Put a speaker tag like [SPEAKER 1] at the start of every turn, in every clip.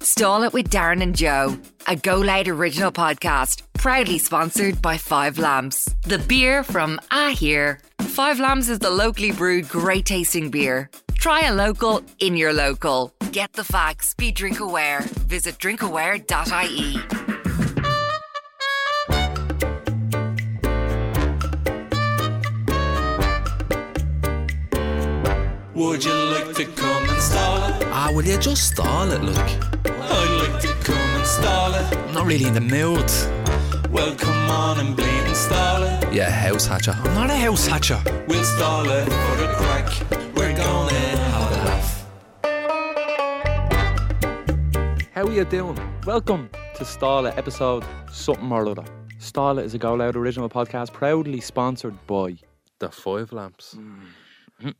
[SPEAKER 1] Install It with Darren and Joe, a Go Loud original podcast, proudly sponsored by Five Lambs, the beer from Ah Here. Five Lambs is the locally brewed, great tasting beer. Try a local in your local. Get the facts, be drink aware. Visit drinkaware.ie.
[SPEAKER 2] Would you like to come and stall it?
[SPEAKER 3] Ah, will you just stall it, look?
[SPEAKER 2] I'd like to come and stall it.
[SPEAKER 3] I'm not really in the mood.
[SPEAKER 2] Well, come on and bleed and stall it.
[SPEAKER 3] Yeah, house hatcher. I'm not a house hatcher.
[SPEAKER 2] We'll stall it for the crack. We're gonna have a laugh.
[SPEAKER 4] How are you doing? Welcome to Starlet episode something or other. Starlet is a Go Loud original podcast proudly sponsored by.
[SPEAKER 5] the five lamps,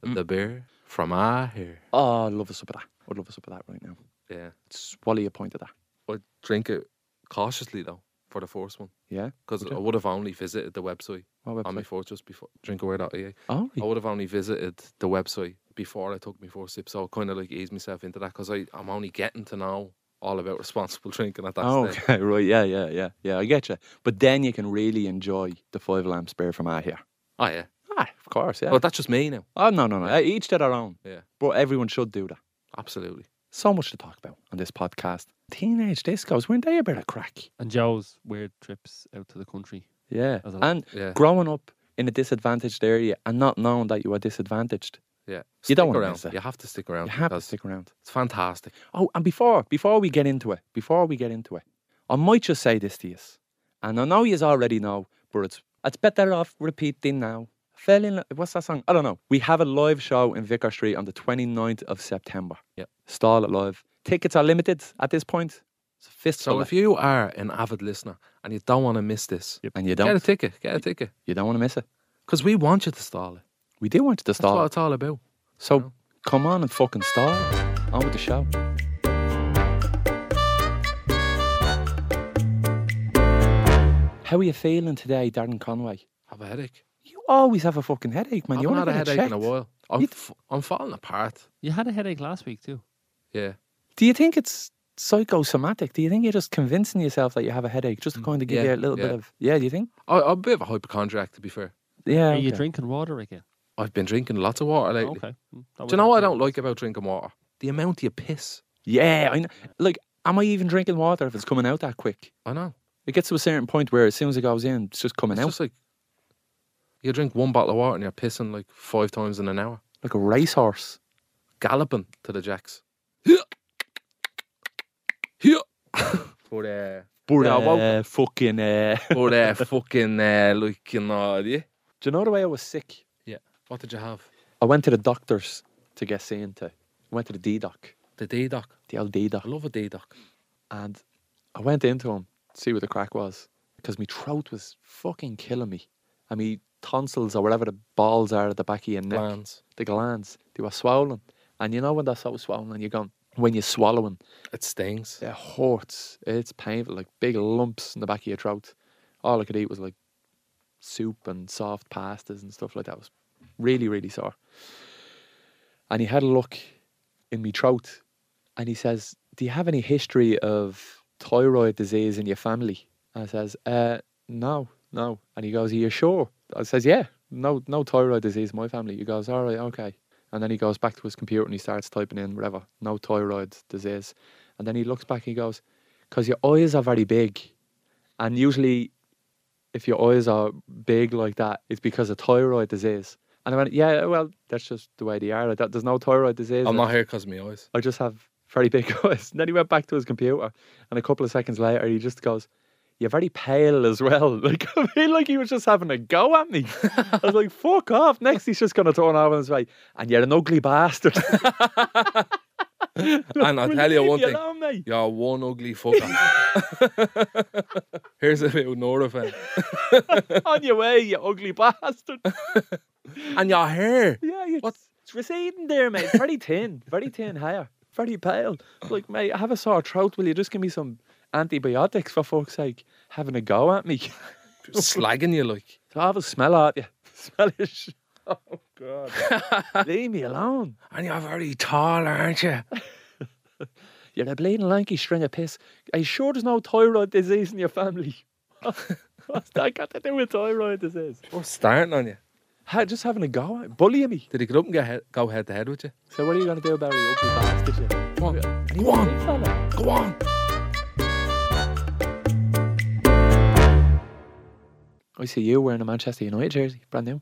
[SPEAKER 5] the beer from ah here.
[SPEAKER 4] Oh, I'd love a sip of that. I'd love a sip of that right now.
[SPEAKER 5] Yeah,
[SPEAKER 4] Swallow your point of that.
[SPEAKER 5] I drink it cautiously though for the first one
[SPEAKER 4] Yeah?
[SPEAKER 5] because
[SPEAKER 4] Would
[SPEAKER 5] I
[SPEAKER 4] you?
[SPEAKER 5] would have only visited the website
[SPEAKER 4] What
[SPEAKER 5] on my
[SPEAKER 4] website?
[SPEAKER 5] first just before drinkaware.ie.
[SPEAKER 4] Oh,
[SPEAKER 5] I would have only visited the website before I took my first sip, so I kind of like eased myself into that because I I'm only getting to know all about responsible drinking at that
[SPEAKER 4] oh,
[SPEAKER 5] stage.
[SPEAKER 4] okay, right. Yeah, yeah, yeah. Yeah, I get you. But then you can really enjoy the Five Lamps beer from out here.
[SPEAKER 5] Oh yeah,
[SPEAKER 4] Ah, of course, yeah.
[SPEAKER 5] but that's just me now.
[SPEAKER 4] oh, no, no, no. Each to their own.
[SPEAKER 5] Yeah,
[SPEAKER 4] But everyone should do that.
[SPEAKER 5] absolutely.
[SPEAKER 4] So much to talk about on this podcast. Teenage discos, weren't they a bit of crack?
[SPEAKER 6] And Joe's weird trips out to the country.
[SPEAKER 4] Yeah.
[SPEAKER 6] As a-
[SPEAKER 4] And
[SPEAKER 5] Yeah.
[SPEAKER 4] growing up in a disadvantaged area and not knowing that you are disadvantaged,
[SPEAKER 5] Yeah,
[SPEAKER 4] You
[SPEAKER 5] Stick
[SPEAKER 4] don't wanna
[SPEAKER 5] around.
[SPEAKER 4] miss it.
[SPEAKER 5] You have to stick around.
[SPEAKER 4] you have to
[SPEAKER 5] because
[SPEAKER 4] stick around.
[SPEAKER 5] It's fantastic.
[SPEAKER 4] Oh, and before before we get into it, before we get into it, I might just say this to you. And I know you already know, but it's it's better off repeating now. Fell in lo- what's that song? I don't know. We have a live show in Vicar Street on the 29th of September.
[SPEAKER 5] Yep.
[SPEAKER 4] Stall it live. Tickets are limited at this point. It's a fistful.
[SPEAKER 5] So if you are an avid listener and you don't want to miss this,
[SPEAKER 4] and you
[SPEAKER 5] get a
[SPEAKER 4] don't
[SPEAKER 5] ticket. Get a ticket.
[SPEAKER 4] you don't want to miss it.
[SPEAKER 5] Because we want you to stall it.
[SPEAKER 4] We do want you to
[SPEAKER 5] That's
[SPEAKER 4] stall.
[SPEAKER 5] what
[SPEAKER 4] it.
[SPEAKER 5] it's all about.
[SPEAKER 4] So come on and fucking stall. it. On with the show. How are you feeling today, Darren Conway?
[SPEAKER 5] I have a headache.
[SPEAKER 4] You always have a fucking headache, man.
[SPEAKER 5] I
[SPEAKER 4] you
[SPEAKER 5] haven't
[SPEAKER 4] wanna
[SPEAKER 5] had a
[SPEAKER 4] get it
[SPEAKER 5] headache in a
[SPEAKER 4] checked.
[SPEAKER 5] while. I'm,
[SPEAKER 4] You-
[SPEAKER 5] f- I'm falling apart.
[SPEAKER 6] You had a headache last week too.
[SPEAKER 5] Yeah.
[SPEAKER 4] Do you think it's psychosomatic? Do you think you're just convincing yourself that you have a headache just to kind of give
[SPEAKER 5] Mm, yeah,
[SPEAKER 4] you a little bit
[SPEAKER 5] yeah.
[SPEAKER 4] of yeah? Do you think?
[SPEAKER 5] I, I'm a bit of a hypochondriac, to be fair.
[SPEAKER 4] Yeah.
[SPEAKER 6] Are you
[SPEAKER 4] okay.
[SPEAKER 6] drinking water again?
[SPEAKER 5] I've been drinking lots of water lately.
[SPEAKER 6] Okay. Mm, that
[SPEAKER 5] Do you
[SPEAKER 6] would
[SPEAKER 5] know what I
[SPEAKER 6] help.
[SPEAKER 5] don't like about drinking water? The amount you piss.
[SPEAKER 4] Yeah. I know. Like, am I even drinking water if it's coming out that quick?
[SPEAKER 5] I know.
[SPEAKER 4] It gets to a certain point where as soon as it goes in, it's just coming
[SPEAKER 5] It's
[SPEAKER 4] out
[SPEAKER 5] just like you drink one bottle of water and you're pissing like five times in an hour,
[SPEAKER 4] like a racehorse.
[SPEAKER 5] galloping to the jacks. but, uh,
[SPEAKER 4] But
[SPEAKER 5] Yeah, well-
[SPEAKER 4] uh, fucking. Uh,
[SPEAKER 5] but uh, fucking, uh, like, you know, yeah.
[SPEAKER 4] do you know the way I was sick?
[SPEAKER 5] What did you have?
[SPEAKER 4] I went to the doctors to get seen to. I went to the D doc,
[SPEAKER 5] The D doc.
[SPEAKER 4] the old D doc.
[SPEAKER 5] I love a D doc.
[SPEAKER 4] and I went into him to see what the crack was because my throat was fucking killing me. And me tonsils or whatever the balls are at the back of your neck,
[SPEAKER 5] Glands.
[SPEAKER 4] the glands, they were swollen. And you know when they're so swollen and you're going, when you're swallowing,
[SPEAKER 5] It stings.
[SPEAKER 4] it hurts. It's painful, like big lumps in the back of your throat. All I could eat was like soup and soft pastas and stuff like that. It was really, really sore. And he had a look in me throat and he says, Do you have any history of thyroid disease in your family? And I says, uh, No, no. And he goes, Are you sure? I says, Yeah, no, no thyroid disease in my family. He goes, All right, okay. And then he goes back to his computer and he starts typing in whatever, no thyroid disease. And then he looks back and he goes, Because your eyes are very big. And usually, if your eyes are big like that, it's because of thyroid disease. And I went, Yeah, well, that's just the way they are. Like that, there's no thyroid disease.
[SPEAKER 5] I'm not here because of my eyes.
[SPEAKER 4] I just have very big eyes. And then he went back to his computer, and a couple of seconds later, he just goes, "You're very pale as well." Like I mean, like he was just having a go at me. I was like, "Fuck off!" Next, he's just gonna turn over and say, "And you're an ugly bastard."
[SPEAKER 5] And I'll tell you
[SPEAKER 4] Leave
[SPEAKER 5] one
[SPEAKER 4] me
[SPEAKER 5] thing.
[SPEAKER 4] alone, mate.
[SPEAKER 5] You're one ugly fucker. Here's a bit of Nurofen.
[SPEAKER 4] On your way, you ugly bastard.
[SPEAKER 5] And your hair.
[SPEAKER 4] Yeah, you
[SPEAKER 5] What?
[SPEAKER 4] It's receding there, mate. It's Very thin, very thin hair, very pale. Like, mate, I have a sore throat. Will you just give me some antibiotics for fuck's sake? Having a go at me.
[SPEAKER 5] Slagging you like.
[SPEAKER 4] So I have a smell at you. Smell of sh- Oh God! Leave me alone.
[SPEAKER 5] And you're very tall, aren't you?
[SPEAKER 4] You're a bleeding lanky string of piss. Are you sure there's no thyroid disease in your family? What's that got to do with thyroid disease?
[SPEAKER 5] We're starting on you.
[SPEAKER 4] Ha, just having a go at bullying me.
[SPEAKER 5] Did he get up and get he- go head to head with you?
[SPEAKER 4] So what are you going to do about it, you ugly bastard? you?
[SPEAKER 5] Come on,
[SPEAKER 4] And he
[SPEAKER 5] go on,
[SPEAKER 4] was a big fella.
[SPEAKER 5] go on.
[SPEAKER 4] I see you wearing a Manchester United jersey, brand new.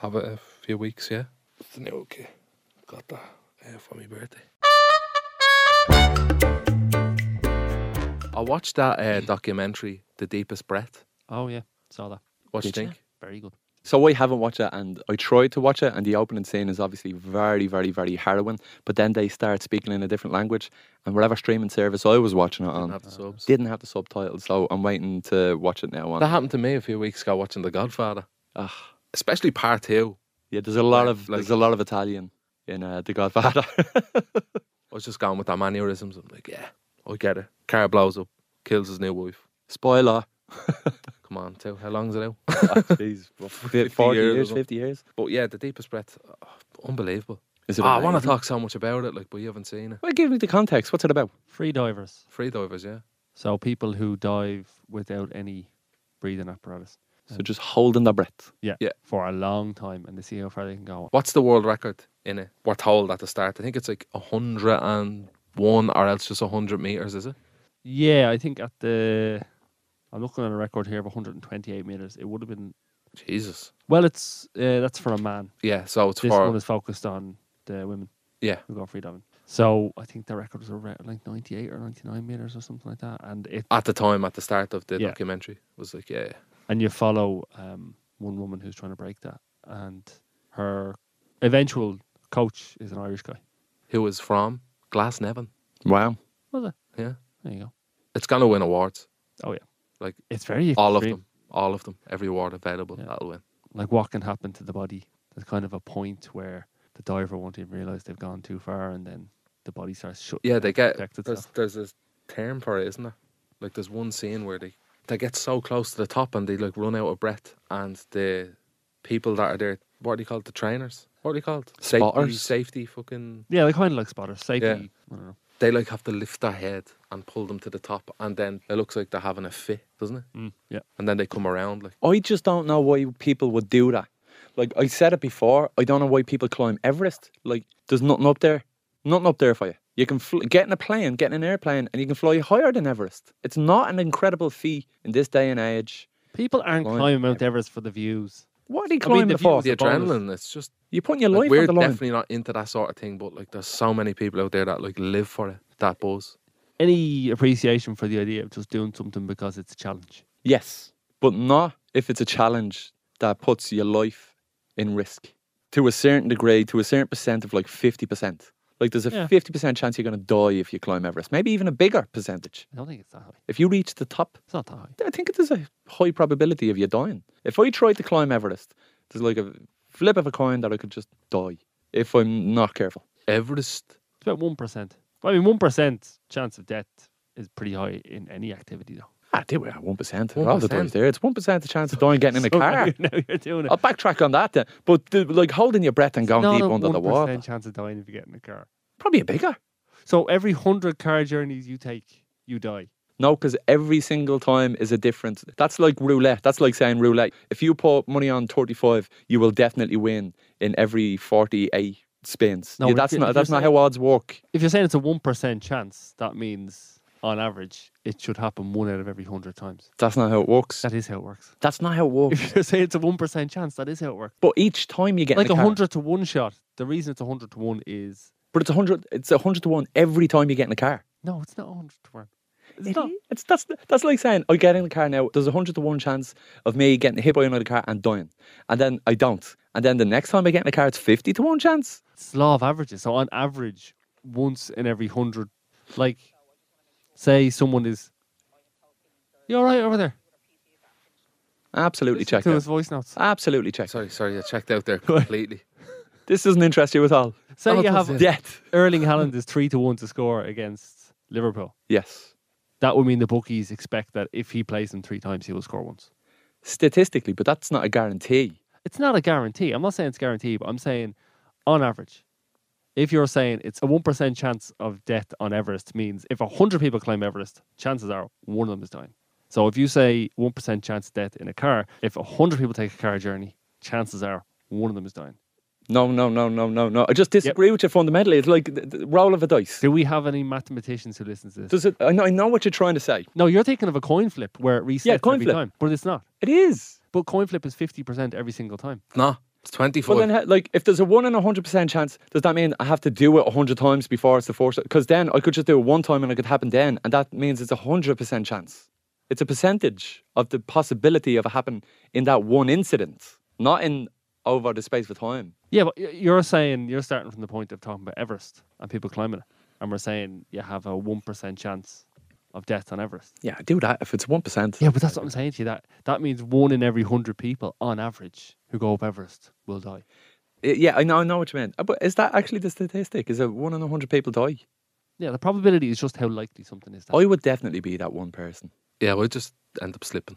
[SPEAKER 5] Have it a few weeks, yeah. It's the new okay. Got that uh, for my birthday. I watched that uh, documentary, The Deepest Breath.
[SPEAKER 6] Oh yeah, saw that.
[SPEAKER 5] What do you
[SPEAKER 4] Did ya?
[SPEAKER 5] think?
[SPEAKER 6] Very good.
[SPEAKER 4] So I haven't watched it, and I tried to watch it, and the opening scene is obviously very, very, very harrowing. But then they start speaking in a different language, and whatever streaming service I was watching it
[SPEAKER 5] Didn't
[SPEAKER 4] on
[SPEAKER 5] have the subs.
[SPEAKER 4] didn't have the subtitles, so I'm waiting to watch it now. On
[SPEAKER 5] That happened to me a few weeks ago watching The Godfather,
[SPEAKER 4] Ah,
[SPEAKER 5] especially part two.
[SPEAKER 4] yeah, there's a lot
[SPEAKER 5] Like-
[SPEAKER 4] of there's
[SPEAKER 5] like-
[SPEAKER 4] a lot of Italian in uh, The Godfather.
[SPEAKER 5] I was just going with that mannerisms. I'm like, yeah, I get it. Car blows up, kills his new wife.
[SPEAKER 4] Spoiler.
[SPEAKER 5] Come on, too. How long's it out?
[SPEAKER 4] Jeez, well, 40
[SPEAKER 5] years or
[SPEAKER 4] years,
[SPEAKER 5] something.
[SPEAKER 4] 50 years.
[SPEAKER 5] But yeah, The Deepest Breath, oh, unbelievable.
[SPEAKER 4] Is
[SPEAKER 5] Oh, I want to
[SPEAKER 4] amazing?
[SPEAKER 5] talk so much about it, like, but you haven't seen it.
[SPEAKER 4] Well, give me the context. What's it about?
[SPEAKER 6] Free divers.
[SPEAKER 5] Free divers, yeah.
[SPEAKER 6] So people who dive without any breathing apparatus
[SPEAKER 4] So just holding their breath.
[SPEAKER 6] for a long time, and they see how far they can go.
[SPEAKER 5] What's the world record in it? We're told at the start. I think it's like 101 or else just 100 meters, is it?
[SPEAKER 6] Yeah, I think at the I'm looking at a record here of 128 meters. It would have been
[SPEAKER 5] Jesus.
[SPEAKER 6] well. It's uh, that's for a man.
[SPEAKER 5] Yeah, so it's
[SPEAKER 6] This
[SPEAKER 5] for.
[SPEAKER 6] one is focused on the women
[SPEAKER 5] yeah.
[SPEAKER 6] who go free diving. So I think the record was around like 98 or 99 meters or something like that. And it
[SPEAKER 5] At the time, at the start of the
[SPEAKER 6] Yeah.
[SPEAKER 5] documentary, it was like, yeah,
[SPEAKER 6] and you follow um, one woman who's trying to break that, and her eventual coach is an Irish guy.
[SPEAKER 5] who is from Glasnevin.
[SPEAKER 4] Wow.
[SPEAKER 6] Was it?
[SPEAKER 5] Yeah.
[SPEAKER 6] There you go.
[SPEAKER 5] It's going to win awards.
[SPEAKER 6] Oh yeah,
[SPEAKER 5] Like,
[SPEAKER 6] it's very
[SPEAKER 5] all of
[SPEAKER 6] extreme.
[SPEAKER 5] them. All of them. Every award available.
[SPEAKER 6] Yeah.
[SPEAKER 5] That'll win.
[SPEAKER 6] Like what can happen to the body? There's kind of a point where the diver won't even realize they've gone too far, and then the body starts shutting.
[SPEAKER 5] Yeah,
[SPEAKER 6] down
[SPEAKER 5] they
[SPEAKER 6] to
[SPEAKER 5] get.
[SPEAKER 6] protect
[SPEAKER 5] There's,
[SPEAKER 6] itself.
[SPEAKER 5] there's this term for it, isn't there? Like, there's one scene where they, they get so close to the top and they, like, run out of breath, and the people that are there, what are they called? The trainers? What are they called? Safety-
[SPEAKER 4] Spotters.
[SPEAKER 5] Safety fucking.
[SPEAKER 6] Yeah, they're kind of like spotters. Safety. I don't know.
[SPEAKER 5] they like have to lift their head and pull them to the top, and then it looks like they're having a fit, doesn't it?
[SPEAKER 6] Mm, yeah.
[SPEAKER 5] And then they come around like
[SPEAKER 4] I just don't know why people would do that. Like I said it before, I don't know why people climb Everest. Like there's nothing up there, nothing up there for you. You can fl- get in a plane, get in an airplane, and you can fly higher than Everest. It's not an incredible feat in this day and age.
[SPEAKER 6] People aren't
[SPEAKER 4] Going-
[SPEAKER 6] climbing Mount Everest for the views.
[SPEAKER 4] What are you
[SPEAKER 6] I mean,
[SPEAKER 4] climbing
[SPEAKER 6] the
[SPEAKER 4] for?
[SPEAKER 5] the
[SPEAKER 6] view- bonus.
[SPEAKER 5] adrenaline. It's just
[SPEAKER 4] You're putting your
[SPEAKER 5] like,
[SPEAKER 4] life
[SPEAKER 5] we're
[SPEAKER 4] on the line.
[SPEAKER 5] definitely not into that sort of thing, but like there's so many people out there that like live for it. That buzz.
[SPEAKER 6] Any appreciation for the idea of just doing something because it's a challenge?
[SPEAKER 4] Yes, but not if it's a challenge that puts your life in risk to a certain degree, to a certain percent of like 50%. Like there's
[SPEAKER 6] Yeah.
[SPEAKER 4] a 50% chance you're going to die if you climb Everest, maybe even a bigger percentage.
[SPEAKER 6] I don't think it's that high.
[SPEAKER 4] If you reach the top,
[SPEAKER 6] It's not that high.
[SPEAKER 4] I think there's a high probability of you dying. If I tried to climb Everest, there's like a flip of a coin that I could just die if I'm not careful.
[SPEAKER 5] Everest.
[SPEAKER 6] It's about one percent. I mean, one percent chance of death is pretty high in any activity, though.
[SPEAKER 4] Ah, do we? One percent. All the
[SPEAKER 5] 1%.
[SPEAKER 4] dies there. It's one percent the chance of dying getting in a
[SPEAKER 6] So
[SPEAKER 4] car.
[SPEAKER 6] Now you're doing it.
[SPEAKER 4] I'll backtrack on that then. But the, like holding your breath and going
[SPEAKER 6] Not
[SPEAKER 4] deep
[SPEAKER 6] a
[SPEAKER 4] under the
[SPEAKER 6] 1%
[SPEAKER 4] water,
[SPEAKER 6] chance of dying if you get in a car.
[SPEAKER 4] probably a bigger.
[SPEAKER 6] So every hundred car journeys you take, you die.
[SPEAKER 4] No, because every single time is a different. That's like roulette. That's like saying roulette. If you put money on 35, you will definitely win in every 48 spins.
[SPEAKER 6] No,
[SPEAKER 4] Yeah,
[SPEAKER 6] if
[SPEAKER 4] that's
[SPEAKER 6] you- if
[SPEAKER 4] not
[SPEAKER 6] you're
[SPEAKER 4] that's not
[SPEAKER 6] saying-
[SPEAKER 4] how odds work.
[SPEAKER 6] If you're saying it's a one percent chance, that means on average it should happen one out of every hundred times.
[SPEAKER 4] That's not how it works.
[SPEAKER 6] That is how it works.
[SPEAKER 4] That's not how it works.
[SPEAKER 6] If you're saying it's a one percent chance, that is how it works.
[SPEAKER 4] But each time you get
[SPEAKER 6] Like
[SPEAKER 4] in
[SPEAKER 6] a
[SPEAKER 4] the car,
[SPEAKER 6] hundred to one shot. The reason it's a hundred to one is
[SPEAKER 4] but it's a hundred. It's a hundred to one every time you get in the car.
[SPEAKER 6] no, it's not a hundred to one. It's
[SPEAKER 4] It
[SPEAKER 6] not.
[SPEAKER 4] is. It's- that's that's like saying I get in the car now. There's a hundred to one chance of me getting hit by another car and dying, and then I don't. And then the next time I get in the car, it's fifty to one chance.
[SPEAKER 6] it's law of averages. So on average, once in every hundred, like, say someone is, you all right over there?
[SPEAKER 4] Absolutely
[SPEAKER 6] Listen
[SPEAKER 4] check
[SPEAKER 6] to
[SPEAKER 4] out. Ah,
[SPEAKER 6] his voice notes.
[SPEAKER 4] Absolutely check.
[SPEAKER 5] Sorry, sorry, I checked out there completely.
[SPEAKER 4] This doesn't interest you at all.
[SPEAKER 6] Say
[SPEAKER 5] Oh,
[SPEAKER 6] you
[SPEAKER 5] that's
[SPEAKER 6] have
[SPEAKER 5] it.
[SPEAKER 4] Yet,
[SPEAKER 6] Erling Haaland is three to one to score against Liverpool.
[SPEAKER 4] yes,
[SPEAKER 6] That would mean the bookies expect that if he plays them three times, he will score once.
[SPEAKER 4] statistically, but that's not a guarantee.
[SPEAKER 6] It's not a guarantee. I'm not saying it's guaranteed, but I'm saying on average, If you're saying it's a 1% chance of death on Everest, means if 100 people climb Everest, chances are one of them is dying. So if you say 1% chance of death in a car, if 100 people take a car journey, chances are one of them is dying.
[SPEAKER 4] No, no, no, no, no, no. I just disagree with you fundamentally. It's like the, the roll of a dice.
[SPEAKER 6] Do we have any mathematicians who listen to this?
[SPEAKER 4] Does it? I know, I know what you're trying to say.
[SPEAKER 6] no, you're thinking of a coin flip where it resets
[SPEAKER 4] coin
[SPEAKER 6] every
[SPEAKER 4] flip.
[SPEAKER 6] time, but it's not.
[SPEAKER 4] It is.
[SPEAKER 6] But coin flip is 50% every single time.
[SPEAKER 5] No, it's 25.
[SPEAKER 4] But then, ha- like, if there's a one in a hundred percent chance, does that mean I have to do it a hundred times before it's the fourth? Because then I could just do it one time and it could happen then, and that means it's a hundred percent chance. It's a percentage of the possibility of it happen in that one incident, not in over the space of time.
[SPEAKER 6] Yeah, but y- you're saying you're starting from the point of talking about Everest and people climbing it, and we're saying you have a one percent chance of death on Everest. uh,
[SPEAKER 4] Yeah, do that if it's one percent.
[SPEAKER 6] Yeah, but that's what I'm saying to you. That that means one in every hundred people, on average, who go up Everest will die.
[SPEAKER 4] Yeah, I know, I know what you mean. Uh, But is that actually the statistic? Is it one in a hundred people die?
[SPEAKER 6] Yeah, the probability is just how likely something is. To
[SPEAKER 4] I
[SPEAKER 6] happen.
[SPEAKER 4] would definitely be that one person.
[SPEAKER 5] yeah, we just end up slipping.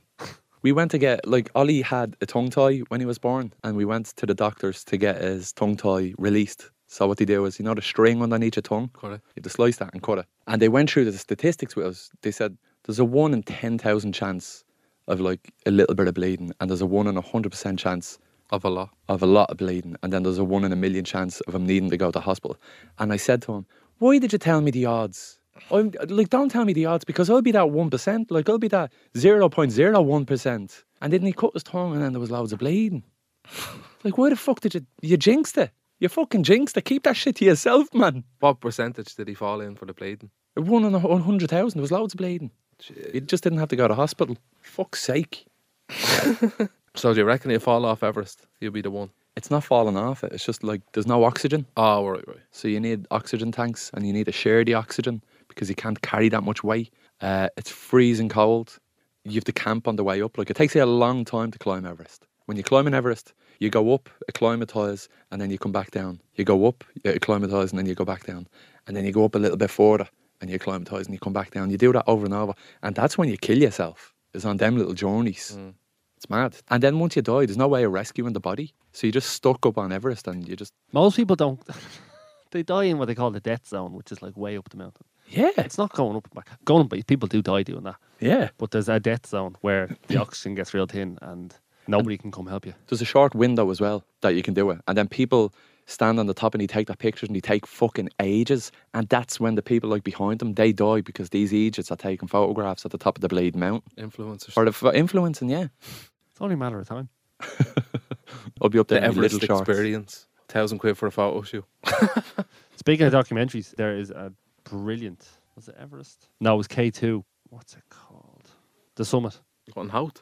[SPEAKER 4] We went to get like Ollie had a tongue tie when he was born, and we went to the doctors to get his tongue tie released. So what they do is, you know, the string underneath your tongue,
[SPEAKER 5] Cut it.
[SPEAKER 4] you have to slice that and cut it. And they went through the statistics with us. They said there's a one in ten thousand chance of like a little bit of bleeding, and there's a one in a hundred percent chance
[SPEAKER 5] Of a lot.
[SPEAKER 4] of a lot of bleeding, and then there's a one in a million chance of him needing to go to hospital. And I said to him, "Why did you tell me the odds? I'm like, don't tell me the odds because I'll be that one percent, like I'll be that zero point zero one percent." And then he cut his tongue, and then there was loads of bleeding. like, why the fuck did you you jinxed it? You fucking jinxed it. Keep that shit to yourself, man.
[SPEAKER 5] What percentage did he fall in for the bleeding?
[SPEAKER 4] One in a one hundred thousand. There was loads of bleeding. You just didn't have to go to hospital. Fuck's sake.
[SPEAKER 5] So do you reckon he'll fall off Everest? He'll be the one.
[SPEAKER 4] It's not falling off. It's just like there's no oxygen.
[SPEAKER 5] Oh, right, right.
[SPEAKER 4] So you need oxygen tanks and you need to share the oxygen because you can't carry that much weight. Uh, it's freezing cold. You have to camp on the way up. Like it takes you a long time to climb Everest. When you climb in Everest, you go up, acclimatise, and then you come back down. You go up, you acclimatise, and then you go back down. And then you go up a little bit further and you acclimatise and you come back down. You do that over and over. And that's when you kill yourself, is on them little journeys. It's mad. And then once you die, there's no way of rescuing the body. So you're just stuck up on Everest and you just,
[SPEAKER 6] Most people don't. they die in what they call the death zone, which is like way up the mountain.
[SPEAKER 4] yeah,
[SPEAKER 6] It's not going up and back. Going, but people do die doing that.
[SPEAKER 4] yeah.
[SPEAKER 6] But there's a death zone where the oxygen gets real thin and nobody can come help you.
[SPEAKER 4] there's a short window as well that you can do it. And then people stand on the top and they take their pictures and they take fucking ages. And that's when the people like behind them, they die because these idiots are taking photographs at the top of the Blade Mountain.
[SPEAKER 5] Influencers.
[SPEAKER 4] Or the f- influencing, yeah.
[SPEAKER 6] It's only a matter of time.
[SPEAKER 4] I'll be up there
[SPEAKER 5] the
[SPEAKER 4] in my little
[SPEAKER 5] Everest
[SPEAKER 4] shorts.
[SPEAKER 5] experience. Thousand quid for a photo shoot.
[SPEAKER 6] Speaking of documentaries, there is a brilliant. Was it Everest? No, it was K two. What's it called? The summit.
[SPEAKER 5] Going out.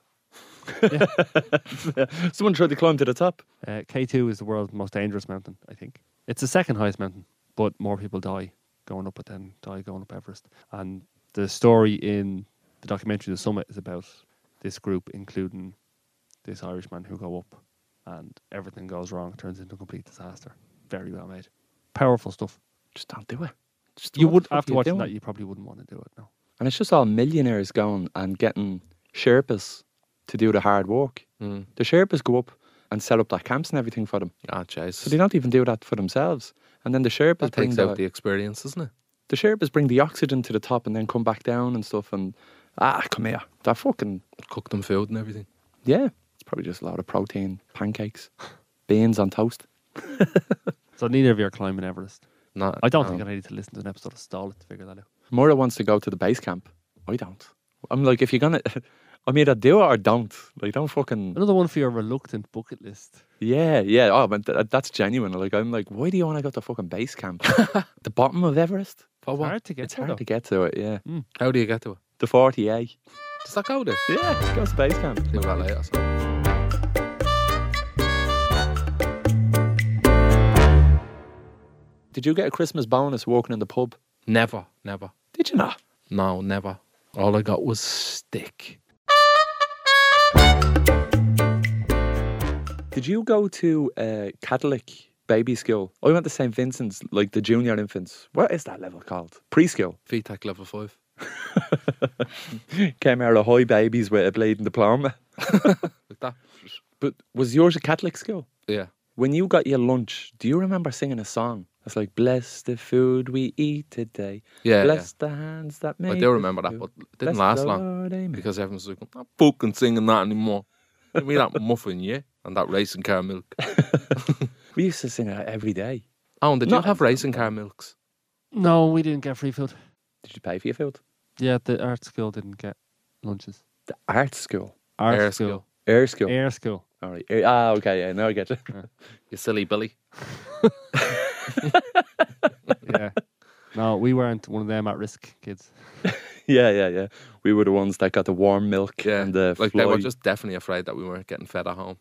[SPEAKER 4] Someone tried to climb to the top.
[SPEAKER 6] Uh, K two is the world's most dangerous mountain. I think it's the second highest mountain, but more people die going up it than die going up Everest. And the story in the documentary, The Summit, is about this group, including this Irishman who go up, and everything goes wrong. It turns into a complete disaster. Very well made. Powerful stuff.
[SPEAKER 4] Just don't do it. Just
[SPEAKER 6] You
[SPEAKER 4] what
[SPEAKER 6] would
[SPEAKER 4] the fuck are
[SPEAKER 6] after
[SPEAKER 4] you
[SPEAKER 6] watching
[SPEAKER 4] doing?
[SPEAKER 6] that, you probably wouldn't want to do it. No.
[SPEAKER 4] And it's just all millionaires going and getting Sherpas to do the hard work.
[SPEAKER 6] Hmm.
[SPEAKER 5] Mm.
[SPEAKER 4] The Sherpas go up and set up their camps and everything for them.
[SPEAKER 5] Ah,
[SPEAKER 4] So
[SPEAKER 5] Jesus.
[SPEAKER 4] they don't even do that for themselves. And then the Sherpas
[SPEAKER 5] That
[SPEAKER 4] bring
[SPEAKER 5] takes
[SPEAKER 4] the-
[SPEAKER 5] out the experience, doesn't it?
[SPEAKER 4] the Sherpas bring the oxygen to the top and then come back down and stuff. And ah, come here. They're fucking,
[SPEAKER 5] Cook them food and everything.
[SPEAKER 4] yeah. It's probably just a lot of protein, pancakes, beans on toast.
[SPEAKER 6] So neither of you are climbing Everest.
[SPEAKER 5] Not,
[SPEAKER 6] I don't think I need to listen to an episode of Stall to figure that out.
[SPEAKER 4] Mora wants to go to the base camp. I don't. I'm like, if you're going to, I'm either do it or don't. Like, don't fucking,
[SPEAKER 6] Another one for your reluctant bucket list.
[SPEAKER 4] yeah, yeah. Oh, but th- that's genuine. Like, I'm like, why do you want to go to fucking base camp? the bottom of Everest?
[SPEAKER 5] For
[SPEAKER 6] It's
[SPEAKER 5] what?
[SPEAKER 6] hard to get
[SPEAKER 4] It's
[SPEAKER 6] to,
[SPEAKER 4] hard
[SPEAKER 6] though.
[SPEAKER 4] to get to it, yeah.
[SPEAKER 5] How do you get to it?
[SPEAKER 4] The 40A.
[SPEAKER 5] Does that go there?
[SPEAKER 4] Yeah, go to base camp.
[SPEAKER 5] Do that later. So.
[SPEAKER 4] Did you get a Christmas bonus walking in the pub?
[SPEAKER 5] Never, never.
[SPEAKER 4] Did you not?
[SPEAKER 5] No, never. All I got was stick.
[SPEAKER 4] Did you go to uh, Catholic baby school? I went to St. Vincent's, like the junior infants. What is that level called? Preschool.
[SPEAKER 5] VTech level five.
[SPEAKER 4] Came out of high babies with a bleeding diploma.
[SPEAKER 5] Like that.
[SPEAKER 4] But was yours a Catholic school?
[SPEAKER 5] Yeah.
[SPEAKER 4] When you got your lunch, do you remember singing a song? That's like, bless the food we eat today.
[SPEAKER 5] Yeah, yeah.
[SPEAKER 4] bless the hands that made
[SPEAKER 5] I
[SPEAKER 4] the
[SPEAKER 5] do remember that,
[SPEAKER 4] food.
[SPEAKER 5] but it didn't
[SPEAKER 4] Bless
[SPEAKER 5] last
[SPEAKER 4] the
[SPEAKER 5] long
[SPEAKER 4] Lord, amen.
[SPEAKER 5] because everyone's like, I'm not fucking singing that anymore. Give me that muffin, yeah, and that racing car milk.
[SPEAKER 4] we used to sing that every day.
[SPEAKER 5] Oh, and did you
[SPEAKER 4] Not-
[SPEAKER 5] have racing car milks?
[SPEAKER 6] No, we didn't get free food.
[SPEAKER 4] Did you pay for your food?
[SPEAKER 6] Yeah, the art school didn't get lunches.
[SPEAKER 4] The art school.
[SPEAKER 6] Art
[SPEAKER 5] Air
[SPEAKER 6] school.
[SPEAKER 5] school.
[SPEAKER 4] Air school.
[SPEAKER 6] Air school.
[SPEAKER 4] All right. air- Ah, okay. Yeah, now I get you.
[SPEAKER 5] You silly Billy.
[SPEAKER 6] Yeah. no, we weren't one of them at risk kids.
[SPEAKER 4] yeah, yeah, yeah. We were the ones that got the warm milk
[SPEAKER 5] Yeah,
[SPEAKER 4] and uh, the
[SPEAKER 5] like
[SPEAKER 4] fly.
[SPEAKER 5] they were just definitely afraid that we weren't getting fed at home.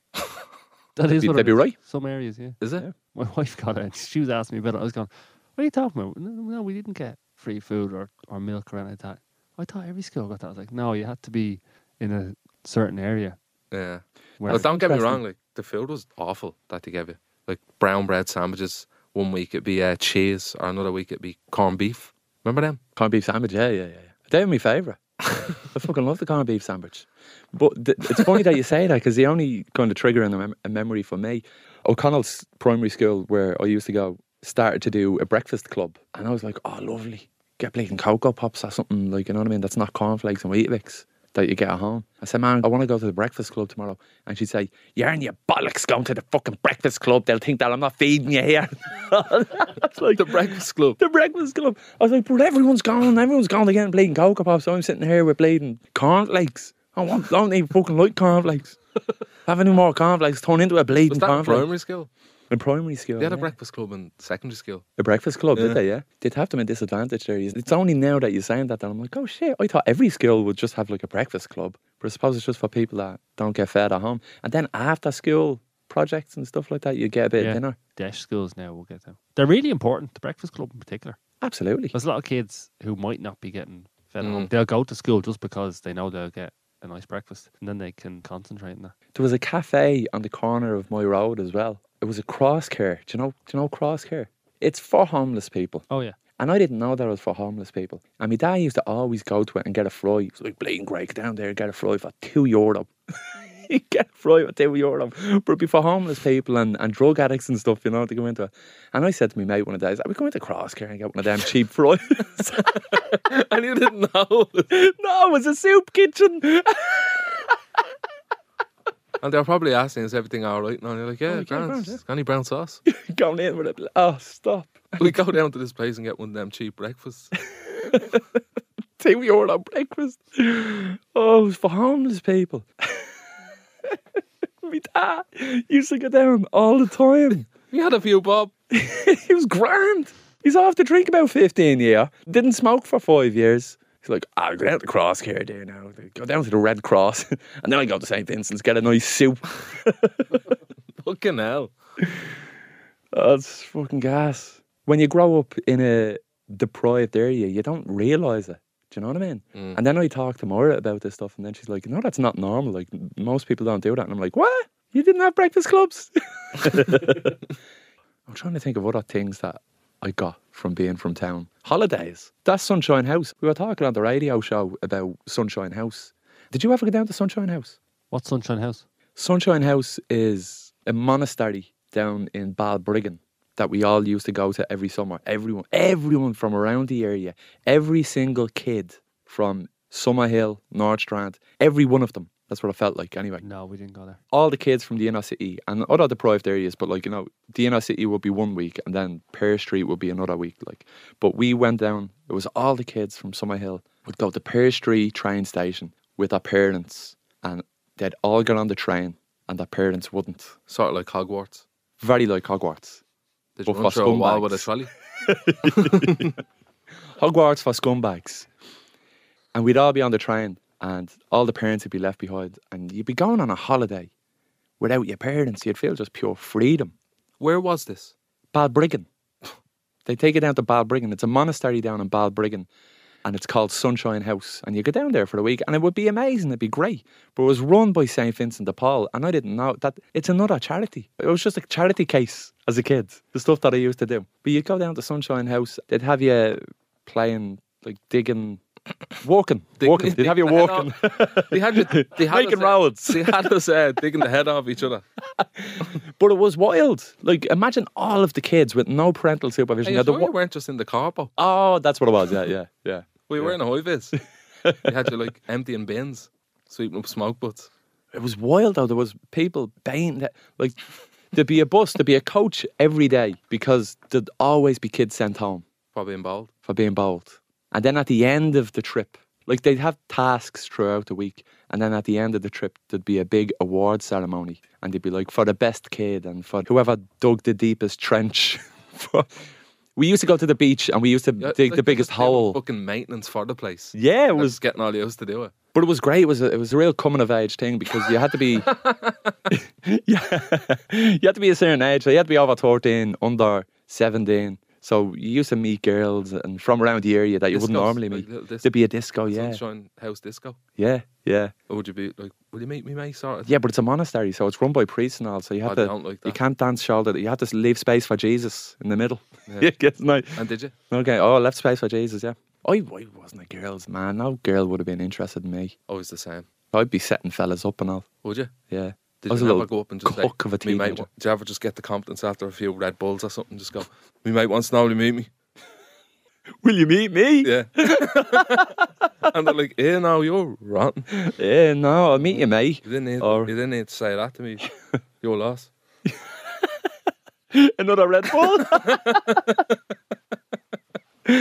[SPEAKER 6] That is
[SPEAKER 4] be-
[SPEAKER 6] what
[SPEAKER 4] they'd
[SPEAKER 6] it
[SPEAKER 4] be
[SPEAKER 6] is.
[SPEAKER 4] right.
[SPEAKER 6] Some areas, yeah.
[SPEAKER 5] Is it?
[SPEAKER 4] Yeah.
[SPEAKER 6] My wife got it. She was asking me about it. I was going, "What are you talking about? No, no we didn't get free food or, or milk or anything like that." I thought every school got that. I was like, "No, you had to be in a certain area."
[SPEAKER 5] Yeah.
[SPEAKER 6] Where
[SPEAKER 5] Well, don't get me
[SPEAKER 4] Interesting.
[SPEAKER 5] wrong. Like the food was awful that they gave you. Like brown bread sandwiches. One week it'd be uh, cheese, or another week it'd be corned beef. Remember them?
[SPEAKER 4] corned beef sandwich. Yeah, yeah, yeah. yeah. They were my favourite. I fucking love the corned beef sandwich. But th- it's funny that you say that because the only kind of trigger in a, mem- a memory for me, O'Connell's primary school where I used to go started to do a breakfast club, and I was like, oh, lovely. Get bleeding cocoa pops or something like you know what I mean. That's not cornflakes and Weetabix that you get at home. I said, man, I want to go to the breakfast club tomorrow, and she'd say, you're in your bollocks going to the fucking breakfast club. They'll think that I'm not feeding you here. It's like the breakfast club. The breakfast club. I was like, but everyone's gone. Everyone's gone again bleeding cocoa pops. So I'm sitting here with bleeding cornflakes. I want, I don't even fucking like cornflakes. Have any more cornflakes turned into a
[SPEAKER 5] Was
[SPEAKER 4] bleeding
[SPEAKER 5] that in
[SPEAKER 4] cornflake.
[SPEAKER 5] primary school?
[SPEAKER 4] In primary school.
[SPEAKER 5] They had a
[SPEAKER 4] Mm, yeah.
[SPEAKER 5] breakfast club in secondary school.
[SPEAKER 4] A breakfast club, did they? Yeah, they'd have them at disadvantage there. It's only now that you're saying that that I'm like, oh shit! I thought every school would just have like a breakfast club, but I suppose it's just for people that don't get fed at home. And then after school projects and stuff like that, you get a bit
[SPEAKER 6] Yeah.
[SPEAKER 4] of dinner.
[SPEAKER 6] Dash schools now will get them. They're really important. The breakfast club in particular.
[SPEAKER 4] Absolutely.
[SPEAKER 6] There's a lot of kids who might not be getting fed at home.
[SPEAKER 4] Mm.
[SPEAKER 6] They'll go to school just because they know they'll get a nice breakfast, and then they can concentrate on that.
[SPEAKER 4] There was a cafe on the corner of my road as well. It was a cross care. Do you know? Do you know cross care? It's for homeless people.
[SPEAKER 6] Oh yeah,
[SPEAKER 4] And I didn't know that it was for homeless people. And my dad used to always go to it and get a fry. He was like, bleeding great, down there, get a fry for two euro. He'd get a fry for two euro. But it'd be for homeless people and, and drug addicts and stuff, you know, to go into it. And I said to my mate one of the days, are we going to Crosscare and get one of them cheap fries?
[SPEAKER 5] and you didn't know.
[SPEAKER 4] no, it was a soup kitchen.
[SPEAKER 5] and they were probably asking, "Is everything all right?" And you're like, "Yeah,
[SPEAKER 4] yeah,
[SPEAKER 5] grand.
[SPEAKER 4] grand, yeah."
[SPEAKER 5] Any brown sauce?"
[SPEAKER 4] going in with a, bl- oh, stop.
[SPEAKER 5] we go down to this place and get one of them cheap breakfasts.
[SPEAKER 4] Two euro breakfast. Oh, it was for homeless people. my dad used to go down all the time.
[SPEAKER 5] we had a few bob.
[SPEAKER 4] he was grand. He's off to drink about 15 year. Didn't smoke for five years. He's like, I'll go down to the cross here, dear now. Go down to the Red Cross. and then I go to St. Vincent's, get a nice soup.
[SPEAKER 5] Fucking hell.
[SPEAKER 4] That's Oh, fucking gas. When you grow up in a deprived area, you don't realise it. Do you know what I mean? And then I talked to Maura about this stuff, and then she's like, No, that's not normal. Like, most people don't do that. And I'm like, What? You didn't have breakfast clubs? I'm trying to think of other things that I got from being from town. Holidays. That's Sunshine House. We were talking on the radio show about Sunshine House. Did you ever go down to Sunshine House?
[SPEAKER 6] what's Sunshine House?
[SPEAKER 4] Sunshine House is a monastery down in Balbriggan that we all used to go to every summer. Everyone, everyone from around the area, every single kid from Summerhill, Nordstrand, every one of them. That's what I felt like anyway
[SPEAKER 6] No, we didn't go there.
[SPEAKER 4] all the kids from the inner city and other deprived areas, but like, you know, the inner city would be one week and then Pear Street would be another week. Like, but we went down, it was all the kids from Summerhill would go to Pear Street train station with their parents and they'd all get on the train and their parents wouldn't.
[SPEAKER 5] Sort of like Hogwarts.
[SPEAKER 4] Very like Hogwarts.
[SPEAKER 5] Did you
[SPEAKER 4] But
[SPEAKER 5] run
[SPEAKER 4] for
[SPEAKER 5] through a wall
[SPEAKER 4] scumbags.
[SPEAKER 5] with a trolley?
[SPEAKER 4] Hogwarts for scumbags. And we'd all be on the train and all the parents would be left behind and you'd be going on a holiday without your parents. You'd feel just pure freedom.
[SPEAKER 5] Where was this?
[SPEAKER 4] Balbriggan. They take it down to Balbriggan. It's a monastery down in Balbriggan and it's called Sunshine House. And you go down there for the week and it would be amazing. It'd be great. But it was run by St. Vincent de Paul and I didn't know that it's another charity. It was just a charity case as a kid, the stuff that I used to do. But you'd go down to Sunshine House, they'd have you playing, like digging Walking, walking. They'd have you
[SPEAKER 5] the head
[SPEAKER 4] walking.
[SPEAKER 5] off- They had you. They had
[SPEAKER 4] Making
[SPEAKER 5] us, uh,
[SPEAKER 4] roads.
[SPEAKER 5] They had us uh, digging the head off each other.
[SPEAKER 4] But it was wild. Like, imagine all of the kids with no parental supervision.
[SPEAKER 5] Hey,
[SPEAKER 4] Now,
[SPEAKER 5] you
[SPEAKER 4] the
[SPEAKER 5] sure
[SPEAKER 4] wa-
[SPEAKER 5] you weren't just in the carbo.
[SPEAKER 4] oh, that's what it was. Yeah, yeah, yeah.
[SPEAKER 5] We were in a high vis. they had you like emptying bins, sweeping up smoke butts.
[SPEAKER 4] It was wild though. There was people baying that like there'd be a bus, there'd be a coach every day because there'd always be kids sent home
[SPEAKER 5] Probably in bold.
[SPEAKER 4] for being bold. And then at the end of the trip, like they'd have tasks throughout the week, and then at the end of the trip there'd be a big award ceremony, and they'd be like for the best kid and for whoever dug the deepest trench. for, we used to go to the beach and we used to
[SPEAKER 5] Yeah,
[SPEAKER 4] dig
[SPEAKER 5] like,
[SPEAKER 4] the biggest
[SPEAKER 5] they were
[SPEAKER 4] hole.
[SPEAKER 5] Fucking maintenance for the place.
[SPEAKER 4] Yeah, it
[SPEAKER 5] I
[SPEAKER 4] was
[SPEAKER 5] was getting all used to do it.
[SPEAKER 4] but it was great. It was a, it was a real coming of age thing because you had to be, yeah, you had to be a certain age. So you had to be over thirteen, under seventeen. So you used to meet girls and from around the area that you wouldn't
[SPEAKER 5] Discos,
[SPEAKER 4] normally
[SPEAKER 5] like
[SPEAKER 4] meet.
[SPEAKER 5] little disc-
[SPEAKER 4] There'd be a disco, yeah,
[SPEAKER 5] Sunshine House Disco.
[SPEAKER 4] yeah, yeah,
[SPEAKER 5] Or would you be like, will you meet me, mate? Sort of.
[SPEAKER 4] yeah. But it's a monastery, so it's run by priests and all. So you have
[SPEAKER 5] I
[SPEAKER 4] to,
[SPEAKER 5] don't like
[SPEAKER 4] you
[SPEAKER 5] that.
[SPEAKER 4] can't dance shoulder. You have to leave space for Jesus in the middle. Yeah, yes, no.
[SPEAKER 5] And did you?
[SPEAKER 4] Okay. Oh, left space for Jesus. Yeah. I, I wasn't a girl's man. No girl would have been interested in me.
[SPEAKER 5] Always the same.
[SPEAKER 4] I'd be setting fellas up and all.
[SPEAKER 5] Would you?
[SPEAKER 4] Yeah.
[SPEAKER 5] Did
[SPEAKER 4] I was
[SPEAKER 5] you
[SPEAKER 4] a
[SPEAKER 5] never
[SPEAKER 4] little
[SPEAKER 5] go up and just say,
[SPEAKER 4] cock of a
[SPEAKER 5] "Me mate
[SPEAKER 4] teenager."
[SPEAKER 5] wa- Did you ever just get the confidence after a few Red Bulls or something? Just go, me mate wants to normally meet me.
[SPEAKER 4] Will you meet me?
[SPEAKER 5] Yeah. and they're like, eh, no, you're rotten. You
[SPEAKER 4] Yeah, no, I'll meet you, mate.
[SPEAKER 5] didn't need,
[SPEAKER 4] Or-
[SPEAKER 5] you didn't need to say that to me. You're lost.
[SPEAKER 4] Another Red Bull. a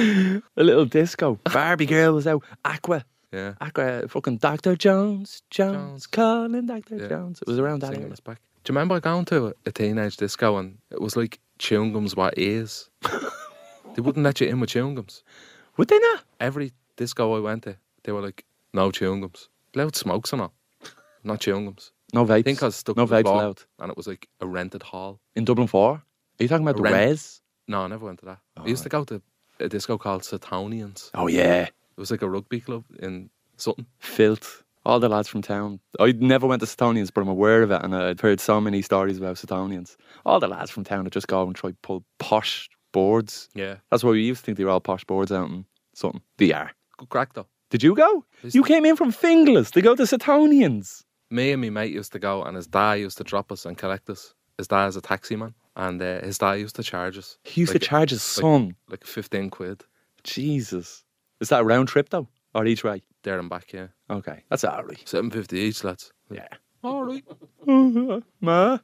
[SPEAKER 4] little disco. Barbie girl was out. Aqua.
[SPEAKER 5] Yeah.
[SPEAKER 4] Ah, Aqua. Fucking Dr. Jones. Jones.
[SPEAKER 5] Jones.
[SPEAKER 4] Calling Dr.
[SPEAKER 5] Yeah.
[SPEAKER 4] Jones. It was around that
[SPEAKER 5] Singing
[SPEAKER 4] area.
[SPEAKER 5] us back. Do you remember going to a, a teenage disco and it was like chewing gums were ears? they wouldn't let you in with chewing gums.
[SPEAKER 4] Would they not?
[SPEAKER 5] Every disco I went to, they were like, no chewing gums. Loud smokes and all. Not chewing gums.
[SPEAKER 4] No vapes.
[SPEAKER 5] I think I was stuck
[SPEAKER 4] no
[SPEAKER 5] to the
[SPEAKER 4] vapes
[SPEAKER 5] floor,
[SPEAKER 4] allowed.
[SPEAKER 5] and it was like a rented hall.
[SPEAKER 4] In Dublin 4? Are you talking about
[SPEAKER 5] A
[SPEAKER 4] the
[SPEAKER 5] rent-
[SPEAKER 4] Res?
[SPEAKER 5] No, I never went to that. I used to go to a disco called Satonians.
[SPEAKER 4] Oh, yeah.
[SPEAKER 5] It was like a rugby club in Sutton.
[SPEAKER 4] Filth. All the lads from town. I never went to Setonians, but I'm aware of it, and I'd heard so many stories about Setonians. All the lads from town would just go and try pull posh boards.
[SPEAKER 5] Yeah.
[SPEAKER 4] That's why we used to think they were all posh boards out and something. They are.
[SPEAKER 5] Good crack though.
[SPEAKER 4] Did you go?
[SPEAKER 5] Please
[SPEAKER 4] You
[SPEAKER 5] no.
[SPEAKER 4] came in from Finglas to go to Setonians.
[SPEAKER 5] Me and my mate used to go, and his dad used to drop us and collect us. His dad is a taxi man, and uh, his dad used to charge us.
[SPEAKER 4] He used
[SPEAKER 5] like,
[SPEAKER 4] to charge his son.
[SPEAKER 5] like fifteen quid
[SPEAKER 4] Jesus. Is that a round trip though? Or each way?
[SPEAKER 5] there and back. Yeah,
[SPEAKER 4] Okay. That's all right.
[SPEAKER 5] seven fifty each, lads.
[SPEAKER 4] Yeah.
[SPEAKER 5] All right.
[SPEAKER 4] Ma?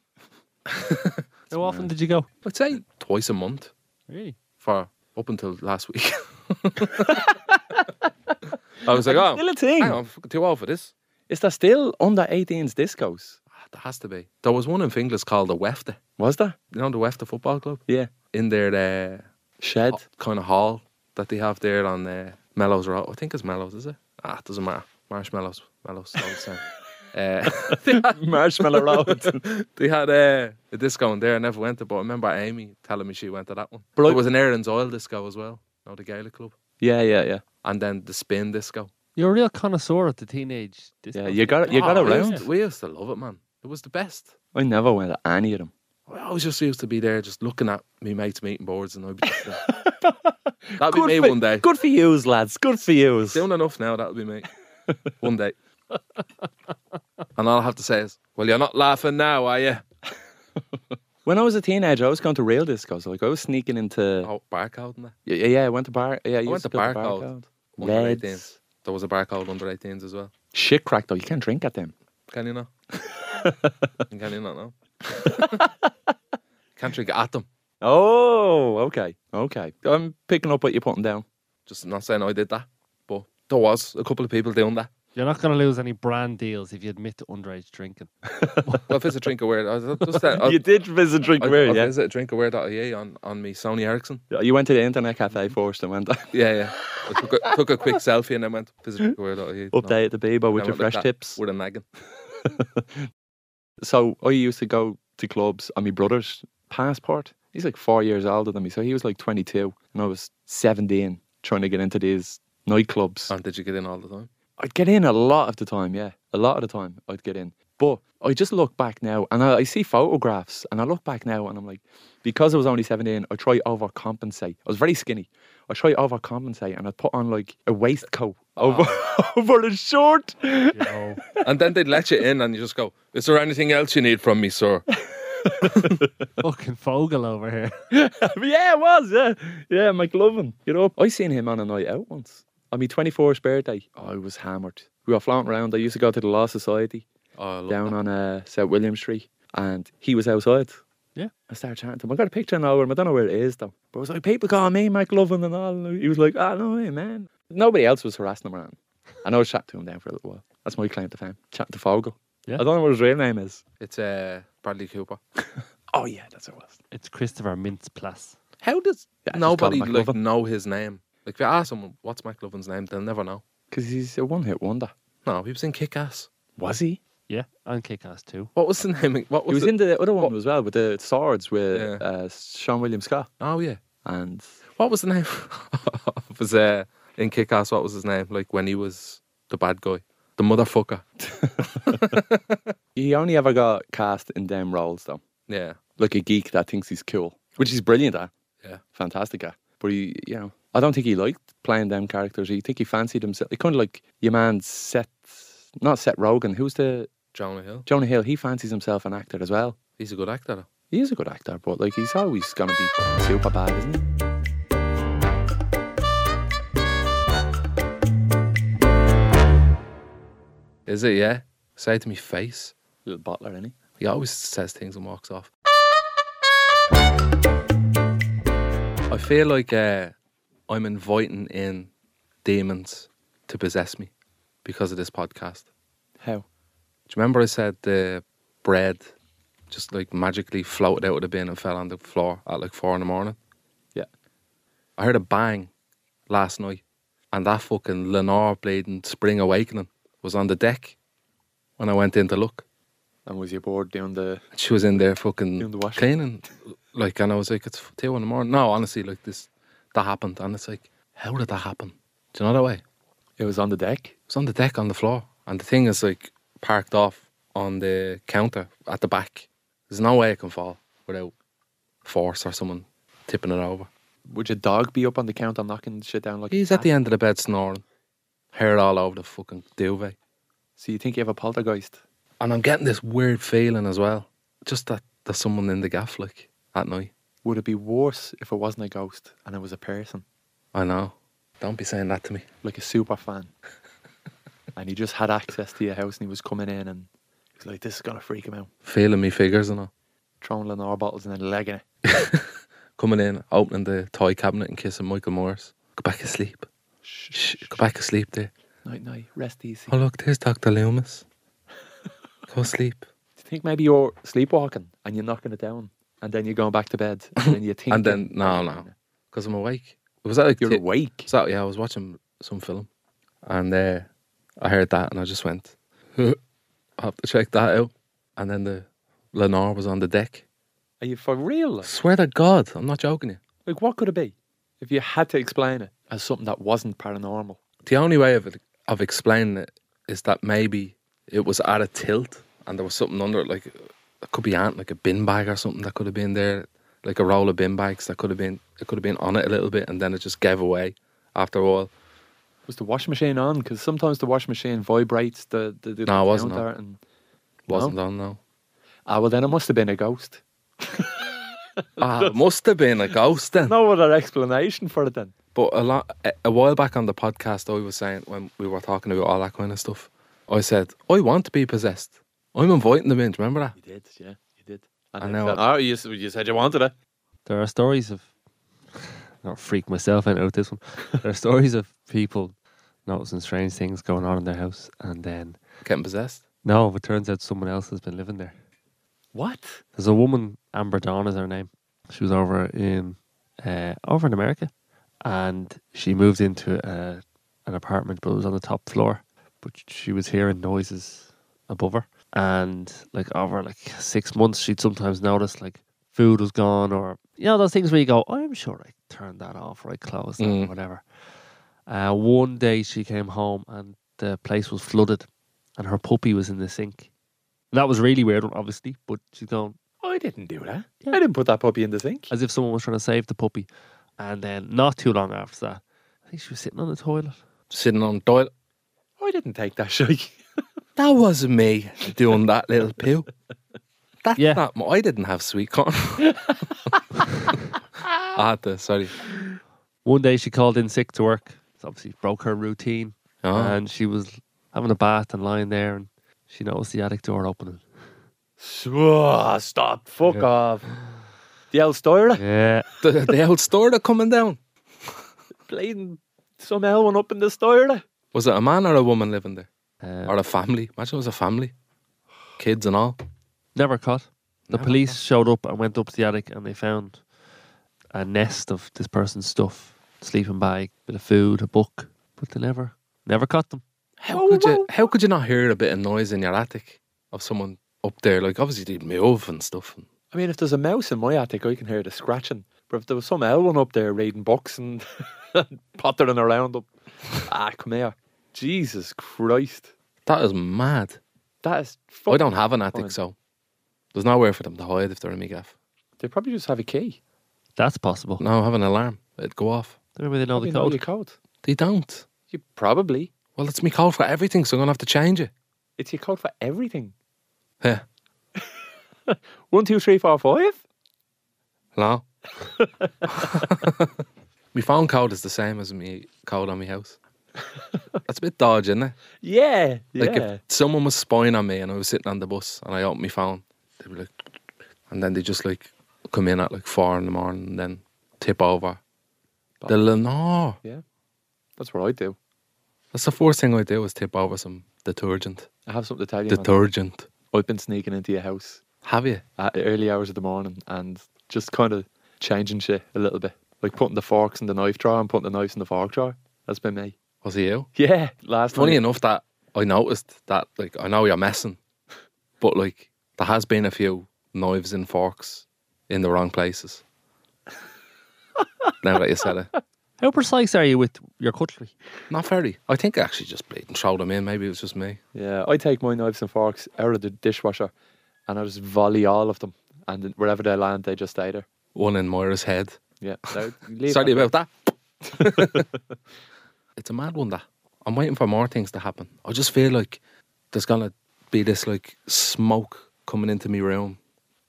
[SPEAKER 6] How often did you go?
[SPEAKER 5] I'd say twice a month
[SPEAKER 6] Really?
[SPEAKER 5] for up until last week. I was like, oh,
[SPEAKER 4] Still a thing.
[SPEAKER 5] hang on, I'm fucking too old for this.
[SPEAKER 4] Is there still under 18s discos?
[SPEAKER 5] Ah, There has to be. There was one in Finglas called the Wefta.
[SPEAKER 4] Was there?
[SPEAKER 5] You know the Wefta Football Club?
[SPEAKER 4] Yeah.
[SPEAKER 5] In their uh,
[SPEAKER 4] Shed.
[SPEAKER 5] kind of hall that they have there on uh, Mellows Road. I think it's Mellows, is it? Ah, it doesn't matter. Marshmallows. Mellows, all the same. Uh, they had,
[SPEAKER 4] Marshmallow Road.
[SPEAKER 5] they had uh, a disco in there. I never went to, but I remember Amy telling me she went to that one.
[SPEAKER 4] But I-
[SPEAKER 5] there was an Aaron's Oil disco as well. No, the Gaelic Club.
[SPEAKER 4] yeah, yeah, yeah.
[SPEAKER 5] And then the Spin disco.
[SPEAKER 6] You're a real connoisseur at the teenage. disco.
[SPEAKER 4] Yeah, you got you got
[SPEAKER 5] Oh, we
[SPEAKER 4] around.
[SPEAKER 5] used, we used to love it, man. It was the best.
[SPEAKER 4] I never went to any of them.
[SPEAKER 5] I was just used to be there, just looking at me mates meeting boards, and I'd be just there. that'll be me
[SPEAKER 4] for,
[SPEAKER 5] one day.
[SPEAKER 4] Good for yous, lads. Good for yous.
[SPEAKER 5] Soon enough, now that'll be me one day. and all I have to say is, "Well, you're not laughing now, are you?"
[SPEAKER 4] When I was a teenager, I was going to real discos. Like I was sneaking into.
[SPEAKER 5] Oh, barcode and that.
[SPEAKER 4] Yeah, yeah, yeah. I went to bar. Yeah,
[SPEAKER 5] I
[SPEAKER 4] used
[SPEAKER 5] went to
[SPEAKER 4] go
[SPEAKER 5] barcode. Under
[SPEAKER 4] Reds.
[SPEAKER 5] 18s. There was a barcode under 18s as well.
[SPEAKER 4] Shit crack though. You can't drink at them.
[SPEAKER 5] Can you not? Can you not know? Can't drink at them.
[SPEAKER 4] Oh, okay, okay. I'm picking up what you're putting down.
[SPEAKER 5] Just not saying I did that, but there was a couple of people doing that.
[SPEAKER 6] You're not going to lose any brand deals if you admit to underage drinking.
[SPEAKER 5] Well, if it's a drink aware, I was just that.
[SPEAKER 4] you did visit drink
[SPEAKER 5] I,
[SPEAKER 4] where?
[SPEAKER 5] I
[SPEAKER 4] Yeah,
[SPEAKER 5] visit drinkaware.ie on, on me Sony Ericsson.
[SPEAKER 4] you went to the internet cafe first and went
[SPEAKER 5] Yeah, yeah. I took a, took a quick selfie and then went visit drinkaware.ie. No.
[SPEAKER 4] update the Bebo with
[SPEAKER 5] I went
[SPEAKER 4] your
[SPEAKER 5] like
[SPEAKER 4] fresh
[SPEAKER 5] that
[SPEAKER 4] tips.
[SPEAKER 5] With a nagging.
[SPEAKER 4] So I used to go to clubs, and my brother's passport. He's like four years older than me, so he was like 22, and I was 17, trying to get into these nightclubs.
[SPEAKER 5] And did you get in all the time?
[SPEAKER 4] I'd get in a lot of the time, yeah. A lot of the time I'd get in. But I just look back now and I, I see photographs and I look back now and I'm like, because I was only 17, I try overcompensate. I was very skinny. I try overcompensate and I'd put on like a waistcoat over over the short.
[SPEAKER 6] You know,
[SPEAKER 5] And then they'd let you in and you just go, Is there anything else you need from me, sir? Oh,
[SPEAKER 6] fucking Fogel over here.
[SPEAKER 4] yeah, it was. Yeah, yeah, Mike Lovin. You know, I seen him on a night out once on my twenty fourth birthday. I was hammered. We were flaunting around. I used to go to the Law Society
[SPEAKER 5] Oh, I love
[SPEAKER 4] down
[SPEAKER 5] that.
[SPEAKER 4] on uh, South William Street, and he was outside.
[SPEAKER 6] Yeah.
[SPEAKER 4] I started chatting to him. I got a picture now of him. I don't know where it is though. But I was like, people call me Mike Lovin and all. And he was like, I know him, man. Nobody else was harassing him around. And I was chatting to him down for a little while. That's my claim to fame. Chatting to Fogel.
[SPEAKER 6] Yeah.
[SPEAKER 4] I don't know what his real name is.
[SPEAKER 5] It's uh, Bradley Cooper.
[SPEAKER 4] Oh yeah, that's what it was.
[SPEAKER 6] It's Christopher Mintz Plus.
[SPEAKER 4] How does
[SPEAKER 5] Nobody like know his name. Like if you ask someone what's McLovin's name, they'll never know.
[SPEAKER 4] Because he's a one hit wonder.
[SPEAKER 5] No, he was in Kick Ass.
[SPEAKER 4] Was he?
[SPEAKER 6] Yeah, and Kick Ass too.
[SPEAKER 5] What was the name? What
[SPEAKER 4] He
[SPEAKER 5] was
[SPEAKER 4] was
[SPEAKER 5] it?
[SPEAKER 4] in the other one as well with the swords with
[SPEAKER 5] Yeah.
[SPEAKER 4] uh, Sean William Scott
[SPEAKER 5] Oh yeah.
[SPEAKER 4] and
[SPEAKER 5] What was the name? of his uh, in Kick Ass? What was his name? Like when he was the bad guy, the motherfucker.
[SPEAKER 4] he only ever got cast in them roles though.
[SPEAKER 5] Yeah.
[SPEAKER 4] Like a geek that thinks he's cool, which he's brilliant at,
[SPEAKER 5] Yeah.
[SPEAKER 4] fantastic at. But he, you know, I don't think he liked playing them characters. He think he fancied himself. He kind of like your man Seth, not Seth Rogen. Who's the
[SPEAKER 5] Jonah Hill.
[SPEAKER 4] Jonah Hill? He fancies himself an actor as well.
[SPEAKER 5] He's a good actor. Though.
[SPEAKER 4] He is a good actor, but like he's always gonna be super bad, isn't he?
[SPEAKER 5] Is it? Yeah. Say it to me face.
[SPEAKER 4] Little butler, isn't he?
[SPEAKER 5] He always says things and walks off. I feel like uh, I'm inviting in demons to possess me because of this podcast.
[SPEAKER 4] How?
[SPEAKER 5] Do you remember I said the bread just like magically floated out of the bin and fell on the floor at like four in the morning?
[SPEAKER 4] Yeah.
[SPEAKER 5] I heard a bang last night, and that fucking Lenore Bladen Spring Awakening was on the deck when I went in to look.
[SPEAKER 4] And was your board down the
[SPEAKER 5] And she was in there
[SPEAKER 4] Doing
[SPEAKER 5] fucking
[SPEAKER 4] the washing.
[SPEAKER 5] cleaning. Like, and I was like, it's two in the morning. No, honestly, like this, that happened. And it's like, how did that happen? Do you know that way?
[SPEAKER 4] It was on the deck.
[SPEAKER 5] It was on the deck on the floor, and the thing is like parked off on the counter at the back. There's no way it can fall without force or someone tipping it over.
[SPEAKER 4] Would your dog be up on the counter knocking shit down like
[SPEAKER 5] He's at the end of the bed snoring, hair all over the fucking duvet.
[SPEAKER 4] So you think you have a poltergeist?
[SPEAKER 5] And I'm getting this weird feeling as well, just that there's someone in the gaff like at night.
[SPEAKER 4] Would it be worse if it wasn't a ghost and it was a person,
[SPEAKER 5] I know. Don't be saying that to me.
[SPEAKER 4] like a super fan, and he just had access to your house and he was coming in and he's like, "This is gonna freak him out."
[SPEAKER 5] Feeling me figures and all.
[SPEAKER 4] Throwing Lenore bottles and then legging it.
[SPEAKER 5] Coming in, opening the toy cabinet and kissing Michael Morris. Go back to sleep. Shh, go back to sleep there.
[SPEAKER 4] Night, night, rest easy.
[SPEAKER 5] Oh, look, there's Dr. Loomis. Go sleep.
[SPEAKER 4] Do you think maybe you're sleepwalking and you're knocking it down, and then you're going back to bed, and then you think,
[SPEAKER 5] And then, no, no, because I'm awake. Was that like
[SPEAKER 4] you're
[SPEAKER 5] ti-
[SPEAKER 4] awake.
[SPEAKER 5] Was that, yeah, I was watching some film and uh, I heard that and I just went, I have to check that out. And then the Lenore was on the deck.
[SPEAKER 4] Are you for real? like?
[SPEAKER 5] Swear to God, I'm not joking you.
[SPEAKER 4] Like, what could it be? If you had to explain it as something that wasn't paranormal,
[SPEAKER 5] The only way of, it, of explaining it is that maybe it was at a tilt and there was something under it, like it could be ant, like a bin bag or something that could have been there, like a roll of bin bags that could have been, it could have been on it a little bit and then it just gave away after a while.
[SPEAKER 4] was the washing machine on? Because sometimes the washing machine vibrates the the, the
[SPEAKER 5] No, it wasn't
[SPEAKER 4] counter
[SPEAKER 5] on.
[SPEAKER 4] and
[SPEAKER 5] Wasn't on now.
[SPEAKER 4] ah well, then it must have been a ghost.
[SPEAKER 5] Ah, it must have been a ghost then.
[SPEAKER 4] No other explanation for it then.
[SPEAKER 5] But a lot a- a while back on the podcast, I was saying when we were talking about all that kind of stuff, I said I want to be possessed. I'm inviting them in. Do you remember that?
[SPEAKER 4] You did, yeah, you did.
[SPEAKER 5] I
[SPEAKER 4] And I
[SPEAKER 5] know.
[SPEAKER 4] know. Oh, you, s- you said you wanted it.
[SPEAKER 6] There are stories of. Not freak myself out with this one. There are stories of people noticing strange things going on in their house, and then
[SPEAKER 5] Getting possessed.
[SPEAKER 6] no, it turns out someone else has been living there.
[SPEAKER 4] What?
[SPEAKER 6] There's a woman, Amber Dawn is her name. She was over in uh, over in America, and she moved into a, an apartment, but it was on the top floor. But she was hearing noises above her, and like over like six months, she'd sometimes notice like food was gone, or you know those things where you go, I'm sure I turned that off or I closed that
[SPEAKER 5] Mm.
[SPEAKER 6] or whatever. Uh, one day she came home and the place was flooded, and her puppy was in the sink. And that was really weird, obviously, but she's going,
[SPEAKER 4] I didn't do that.
[SPEAKER 6] Yeah.
[SPEAKER 4] I didn't put that puppy in the sink.
[SPEAKER 6] as if someone was trying to save the puppy. And then not too long after that, I think she was sitting on the toilet.
[SPEAKER 5] sitting on Doyle.
[SPEAKER 4] I didn't take that shake.
[SPEAKER 5] That wasn't me doing that little poo. That's
[SPEAKER 6] Yeah.
[SPEAKER 5] not my, I didn't have sweet corn. I had to, sorry.
[SPEAKER 6] One day she called in sick to work. It's obviously broke her routine.
[SPEAKER 5] Oh.
[SPEAKER 6] And she was having a bath and lying there and she noticed the attic door opening.
[SPEAKER 4] Swah, stop, fuck off. The old styler
[SPEAKER 6] Yeah.
[SPEAKER 5] The, the old store that coming down.
[SPEAKER 4] playing some L one up in the styler.
[SPEAKER 5] Was it a man or a woman living there?
[SPEAKER 6] Um,
[SPEAKER 5] Or a family? Imagine it was a family. Kids and all.
[SPEAKER 6] never caught. The
[SPEAKER 5] Never
[SPEAKER 6] police showed up and went up to the attic and they found a nest of this person's stuff. Sleeping bag, bit of food, a book. But they never, never caught them.
[SPEAKER 4] Oh,
[SPEAKER 5] How could you how could you not hear a bit of noise in your attic of someone up there? Like obviously they'd move and stuff. And
[SPEAKER 4] I mean, if there's a mouse in my attic, I can hear the scratching. But if there was some L one up there reading books and pottering around up, ah, come here. Jesus Christ.
[SPEAKER 5] that is mad.
[SPEAKER 4] That is
[SPEAKER 5] I don't have an
[SPEAKER 4] fine.
[SPEAKER 5] attic, so there's nowhere for them to hide if they're in my gaff.
[SPEAKER 4] They probably just have a key.
[SPEAKER 6] That's possible.
[SPEAKER 5] No, I have an alarm. It'd go off.
[SPEAKER 6] Maybe they know
[SPEAKER 4] Probably
[SPEAKER 6] the
[SPEAKER 4] know
[SPEAKER 6] code.
[SPEAKER 4] your code.
[SPEAKER 5] They don't.
[SPEAKER 4] You probably.
[SPEAKER 5] Well, it's me code for everything, so I'm gonna have to change it.
[SPEAKER 4] It's your code for everything.
[SPEAKER 5] Yeah.
[SPEAKER 4] One, two, three, four, five.
[SPEAKER 5] Hello. my phone code is the same as me code on my house. That's a bit dodgy, isn't it?
[SPEAKER 4] Yeah.
[SPEAKER 5] Like
[SPEAKER 4] yeah.
[SPEAKER 5] if someone was spying on me and I was sitting on the bus and I opened my phone, they'd be like, and then they just like come in at like four in the morning and then tip over. They're like, no.
[SPEAKER 4] That's what I do.
[SPEAKER 5] That's the first thing I do is tip over some detergent.
[SPEAKER 4] I have something to tell you. man.
[SPEAKER 5] Detergent.
[SPEAKER 4] I've been sneaking into your house
[SPEAKER 5] Have you?
[SPEAKER 4] at the early hours of the morning and just kind of changing shit a little bit. Like putting the forks in the knife drawer and putting the knives in the fork drawer. That's been me.
[SPEAKER 5] Was it you?
[SPEAKER 4] Yeah. Last
[SPEAKER 5] Funny
[SPEAKER 4] night.
[SPEAKER 5] enough that I noticed that like I know you're messing, but like there has been a few knives and forks in the wrong places. now that you said it.
[SPEAKER 6] How precise are you with your cutlery?
[SPEAKER 5] Not very. I think I actually just bleed and throw them in. Maybe it was just me.
[SPEAKER 4] Yeah. I take my knives and forks out of the dishwasher and I just volley all of them. And then wherever they land, they just stay there.
[SPEAKER 5] One in Moira's head.
[SPEAKER 4] Yeah. Now, leave
[SPEAKER 5] Sorry
[SPEAKER 4] that.
[SPEAKER 5] about that. it's a mad one that. I'm waiting for more things to happen. I just feel like there's gonna be this like smoke coming into my room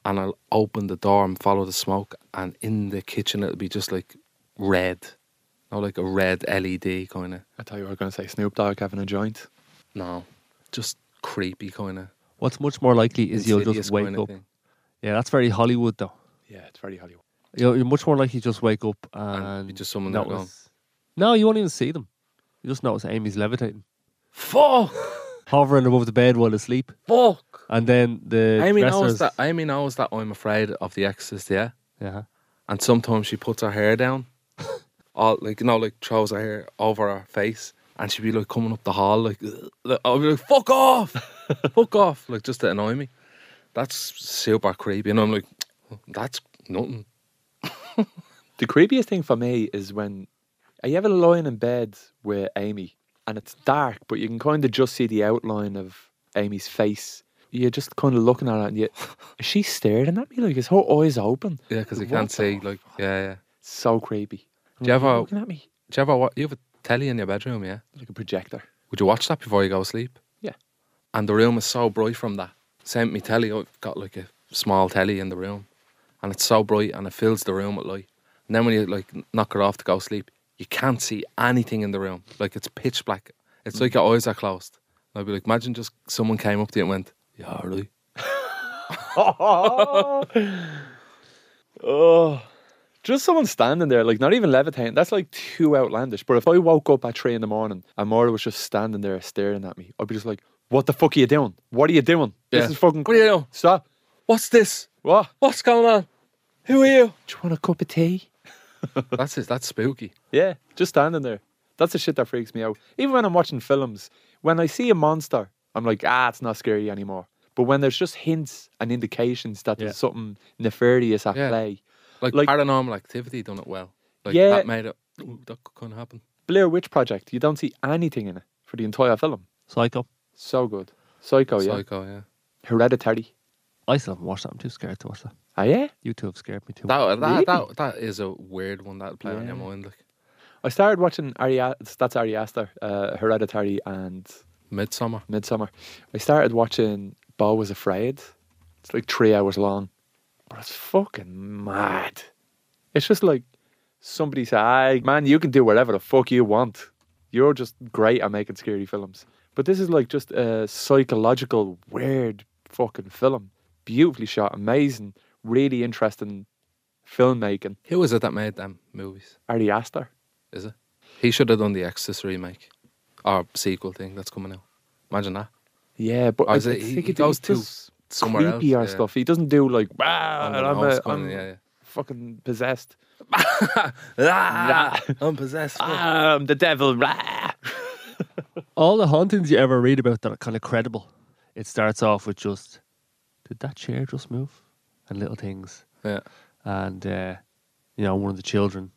[SPEAKER 5] and I'll open the door and follow the smoke and in the kitchen it'll be just like red. No like a red LED kinda.
[SPEAKER 4] I thought you were going to say Snoop Dogg having a joint.
[SPEAKER 5] No. Just creepy kinda.
[SPEAKER 6] What's much more likely is you'll
[SPEAKER 5] insidious
[SPEAKER 6] just wake
[SPEAKER 5] kinda
[SPEAKER 6] up.
[SPEAKER 5] thing.
[SPEAKER 6] Yeah, that's very Hollywood though.
[SPEAKER 4] Yeah, it's very Hollywood.
[SPEAKER 6] You're, you're much more likely to just wake up and,
[SPEAKER 5] be just someone there
[SPEAKER 6] notice. No, you won't even see them. You just notice Amy's levitating,
[SPEAKER 5] Fuck!
[SPEAKER 6] hovering above the bed while asleep,
[SPEAKER 5] Fuck!
[SPEAKER 6] and then the
[SPEAKER 5] Amy knows
[SPEAKER 6] dressers.
[SPEAKER 5] that Amy knows that I'm afraid of the exorcist, yeah?
[SPEAKER 6] Yeah,
[SPEAKER 5] and sometimes she puts her hair down, all like you know, like throws her hair over her face, and she'd be like coming up the hall, like, "Ugh," like, I'll be like, "Fuck off, fuck off," like just to annoy me. That's super creepy, and I'm like, "That's nothing."
[SPEAKER 4] The creepiest thing for me is when are you ever lying in bed with Amy and it's dark, but you can kind of just see the outline of Amy's face. You're just kind of looking at her and you, is she staring at me? Like, is her eyes open?
[SPEAKER 5] Yeah, because you
[SPEAKER 4] What
[SPEAKER 5] can't
[SPEAKER 4] the
[SPEAKER 5] see. Like, yeah, yeah.
[SPEAKER 4] So creepy.
[SPEAKER 5] Do you ever-
[SPEAKER 4] looking at me?
[SPEAKER 5] Do you ever watch? You have a telly in your bedroom, yeah?
[SPEAKER 4] Like a projector.
[SPEAKER 5] Would you watch that before you go to sleep?
[SPEAKER 4] Yeah.
[SPEAKER 5] And the room is so bright from that. Same with me telly. I've got like a small telly in the room, and it's so bright and it fills the room with light. And then when you like knock it off to go sleep, you can't see anything in the room. Like it's pitch black. It's like your eyes are closed. And I'd be like, imagine just someone came up to you and went, "Yeah, all right."
[SPEAKER 4] Oh, just someone standing there, like not even levitating. That's like too outlandish. But if I woke up at three in the morning and Maura was just standing there staring at me, I'd be just like, what the fuck are you doing? What are you doing?
[SPEAKER 5] Yeah.
[SPEAKER 4] This is fucking
[SPEAKER 5] What are you doing?
[SPEAKER 4] Stop.
[SPEAKER 5] What's this?
[SPEAKER 4] What?
[SPEAKER 5] What's going on? Who are you?
[SPEAKER 4] Do you want a cup of tea?
[SPEAKER 5] That's it. That's spooky.
[SPEAKER 4] Yeah, just standing there. That's the shit that freaks me out. Even when I'm watching films, when I see a monster, I'm like, ah, it's not scary anymore. But when there's just hints and indications that
[SPEAKER 6] Yeah.
[SPEAKER 4] there's something nefarious at
[SPEAKER 5] Yeah.
[SPEAKER 4] play,
[SPEAKER 5] Like,
[SPEAKER 4] Like-
[SPEAKER 5] paranormal activity done it well. Like
[SPEAKER 4] Yeah.
[SPEAKER 5] that made it. Ooh, that couldn't happen.
[SPEAKER 4] Blair Witch Project, you don't see anything in it for the entire film.
[SPEAKER 6] psycho.
[SPEAKER 4] So good. Psycho, Oh, yeah.
[SPEAKER 5] Psycho, yeah.
[SPEAKER 4] Hereditary.
[SPEAKER 6] I still haven't watched that. I'm too scared to watch that.
[SPEAKER 4] Ah, yeah.
[SPEAKER 6] You two have scared me too.
[SPEAKER 5] That, that,
[SPEAKER 4] Really?
[SPEAKER 5] that, that is a weird one that'll play on your
[SPEAKER 4] Yeah.
[SPEAKER 5] mind. Like,
[SPEAKER 4] I started watching Ari. Ast- That's Ari Aster, uh, Hereditary, and
[SPEAKER 5] Midsummer.
[SPEAKER 4] Midsummer. I started watching Bo Was Afraid. It's like three hours long, but it's fucking mad. It's just like somebody said, "Aye, man, you can do whatever the fuck you want. You're just great at making scary films." But this is like just a psychological, weird fucking film. Beautifully shot, amazing, really interesting filmmaking.
[SPEAKER 5] Who was it that made them movies?
[SPEAKER 4] Ari Aster.
[SPEAKER 5] Is it? He should have done the Exorcist remake or sequel thing that's coming out. Imagine that.
[SPEAKER 4] Yeah, but
[SPEAKER 5] Or
[SPEAKER 4] I,
[SPEAKER 5] is
[SPEAKER 4] I
[SPEAKER 5] it- he-
[SPEAKER 4] think
[SPEAKER 5] he
[SPEAKER 4] he
[SPEAKER 5] goes
[SPEAKER 4] does
[SPEAKER 5] to
[SPEAKER 4] too
[SPEAKER 5] somewhere else,
[SPEAKER 4] creepier
[SPEAKER 5] yeah.
[SPEAKER 4] stuff. He doesn't do like, ah,
[SPEAKER 5] And
[SPEAKER 4] I'm,
[SPEAKER 5] then
[SPEAKER 4] a-
[SPEAKER 5] Holmes coming,
[SPEAKER 4] I'm
[SPEAKER 5] yeah, yeah.
[SPEAKER 4] fucking possessed.
[SPEAKER 5] Ah, I'm possessed.
[SPEAKER 4] Ah, I'm the devil. Rah.
[SPEAKER 6] All the hauntings you ever read about that are kind of credible. It starts off with just, did that chair just move? And little things.
[SPEAKER 5] Yeah.
[SPEAKER 6] And, uh, you know, one of the children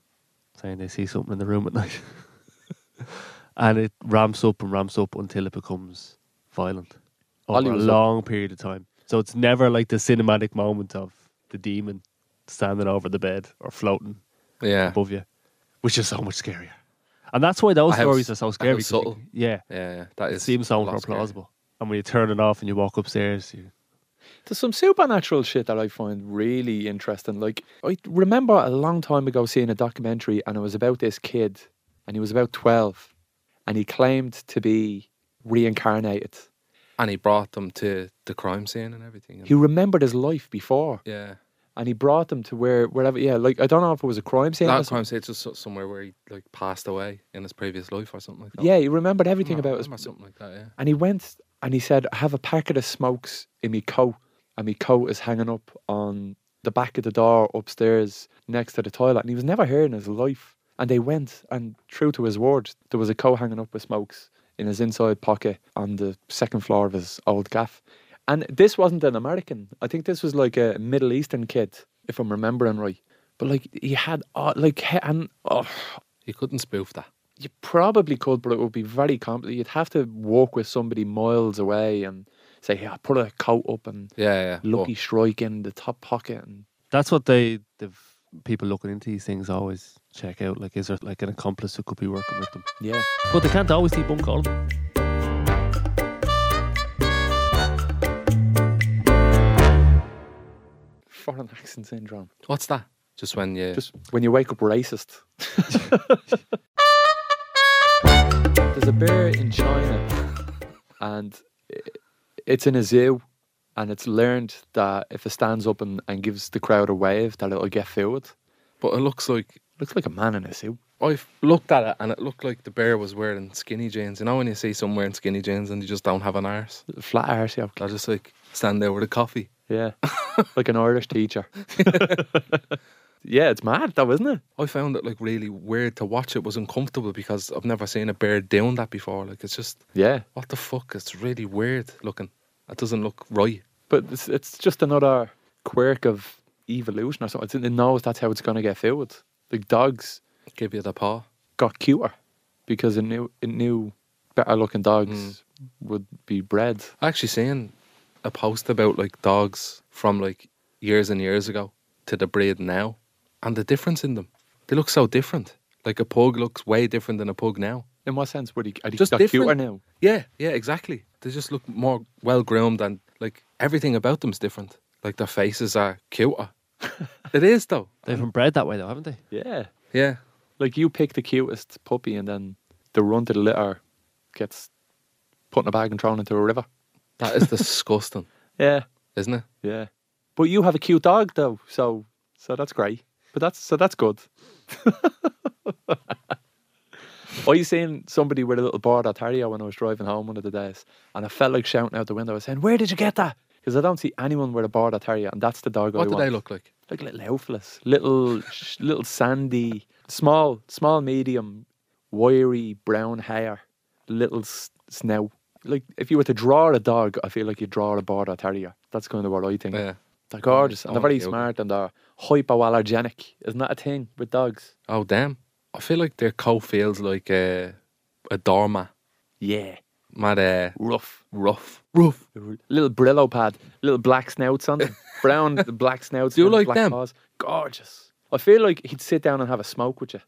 [SPEAKER 6] saying they see something in the room at night. and it ramps up and ramps up until it becomes violent over
[SPEAKER 4] Hollywood's
[SPEAKER 6] a
[SPEAKER 4] up.
[SPEAKER 6] long period of time. So it's never like the cinematic moment of the demon standing over the bed or floating
[SPEAKER 5] Yeah.
[SPEAKER 6] above you, which is so much scarier. And that's why those
[SPEAKER 5] I have
[SPEAKER 6] stories
[SPEAKER 5] s-
[SPEAKER 6] are so
[SPEAKER 5] I have
[SPEAKER 6] scary. 'cause you-
[SPEAKER 5] subtle.
[SPEAKER 6] Yeah
[SPEAKER 5] Yeah, yeah. That
[SPEAKER 6] it
[SPEAKER 5] is
[SPEAKER 6] seems
[SPEAKER 5] a
[SPEAKER 6] so
[SPEAKER 5] lot
[SPEAKER 6] more
[SPEAKER 5] scarier.
[SPEAKER 6] plausible. And when you turn it off and you walk upstairs, you
[SPEAKER 4] There's some supernatural shit that I find really interesting. Like, I remember a long time ago seeing a documentary, and it was about this kid, and he was about 12, and he claimed to be reincarnated.
[SPEAKER 5] And he brought them to the crime scene and everything. and-
[SPEAKER 4] He remembered his life before,
[SPEAKER 5] yeah.
[SPEAKER 4] and he brought them to where, wherever, yeah, like, I don't know if it was a crime scene. or
[SPEAKER 5] That
[SPEAKER 4] something.
[SPEAKER 5] crime scene, it's just so- somewhere where he like passed away in his previous life or something like that.
[SPEAKER 4] Yeah, he remembered
[SPEAKER 5] I
[SPEAKER 4] everything about his
[SPEAKER 5] remember something like that. Yeah.
[SPEAKER 4] And he went and he said, I have a packet of smokes in my coat, and my coat is hanging up on the back of the door upstairs next to the toilet. And he was never here in his life. And they went, and true to his word, there was a coat hanging up with smokes in his inside pocket on the second floor of his old gaff. And this wasn't an American. I think this was like a Middle Eastern kid, if I'm remembering right. But like he had, all like, he- and oh,
[SPEAKER 5] He couldn't spoof that.
[SPEAKER 4] you probably could, but it would be very complicated. You'd have to walk with somebody miles away and say, "Yeah, put a coat up and
[SPEAKER 5] Yeah, yeah.
[SPEAKER 4] lucky
[SPEAKER 5] but
[SPEAKER 4] strike in the top pocket." And
[SPEAKER 6] that's what they the f- people looking into these things always check out. Like, is there like an accomplice who could be working with them?
[SPEAKER 4] yeah,
[SPEAKER 6] But they can't always keep on calling.
[SPEAKER 4] foreign accent syndrome.
[SPEAKER 5] What's that? Just when you
[SPEAKER 4] Just when you wake up racist. There's a bear in China, and i- it's in a zoo, and it's learned that if it stands up and, and gives the crowd a wave, that it'll get food.
[SPEAKER 5] But it looks like
[SPEAKER 4] Looks like a man in a suit.
[SPEAKER 5] I've looked at it and it looked like the bear was wearing skinny jeans. You know when you see someone wearing skinny jeans and you just don't have an arse?
[SPEAKER 4] Flat arse, yeah.
[SPEAKER 5] They're just like stand there with a coffee.
[SPEAKER 4] Yeah. like an Irish teacher. yeah, it's mad though, isn't it?
[SPEAKER 5] I found it like really weird to watch. It was uncomfortable because I've never seen a bear doing that before. Like it's just
[SPEAKER 4] Yeah.
[SPEAKER 5] what the fuck? It's really weird looking. It doesn't look right.
[SPEAKER 4] But it's, it's just another quirk of evolution or something. It's- It knows that's how it's going to get filled. Like dogs
[SPEAKER 5] Give you the paw.
[SPEAKER 4] got cuter because it knew, it knew better looking dogs would be bred.
[SPEAKER 5] I actually seen a post about like dogs from like years and years ago to the breed now and the difference in them. They look so different. Like a pug looks way different than a pug now.
[SPEAKER 4] In what sense would he? Are they
[SPEAKER 5] Just
[SPEAKER 4] got
[SPEAKER 5] different.
[SPEAKER 4] cuter now?
[SPEAKER 5] Yeah, yeah, exactly. They just look more well groomed and like everything about them's different. Like their faces are cuter. it is though.
[SPEAKER 6] They've been bred that way, though, haven't they?
[SPEAKER 4] Yeah.
[SPEAKER 5] Yeah.
[SPEAKER 4] Like you pick the cutest puppy and then the run to the litter gets put in a bag and thrown into a river.
[SPEAKER 5] That is disgusting,
[SPEAKER 4] Yeah.
[SPEAKER 5] isn't it?
[SPEAKER 4] Yeah. But you have a cute dog though, so so that's great. But that's so that's good. Are you seeing somebody with a little board at Ontario when I was driving home one of the days? And I felt like shouting out the window, I was saying, Where did you get that? Because I don't see anyone with a board at Ontario, and that's the dog I
[SPEAKER 5] What do
[SPEAKER 4] want.
[SPEAKER 5] they look like?
[SPEAKER 4] Like little helpless, little sh- little sandy, small, small, medium, wiry brown hair, little s- snout. Like if you were to draw a dog, I feel like you draw a border terrier. That's kind of what I think.
[SPEAKER 5] Yeah.
[SPEAKER 4] They're gorgeous and
[SPEAKER 5] I
[SPEAKER 4] they're very
[SPEAKER 5] like yoga.
[SPEAKER 4] smart and they're hypoallergenic. Isn't that a thing with dogs?
[SPEAKER 5] Oh damn. I feel like their coat feels like a a doormat.
[SPEAKER 4] Yeah,
[SPEAKER 5] Mad uh,
[SPEAKER 4] rough.
[SPEAKER 5] rough. Rough.
[SPEAKER 4] Little Brillo pad, little black snouts on them, brown black snouts.
[SPEAKER 5] Do you
[SPEAKER 4] and
[SPEAKER 5] like
[SPEAKER 4] black
[SPEAKER 5] them?
[SPEAKER 4] Paws. Gorgeous. I feel like he'd sit down and have a smoke with you.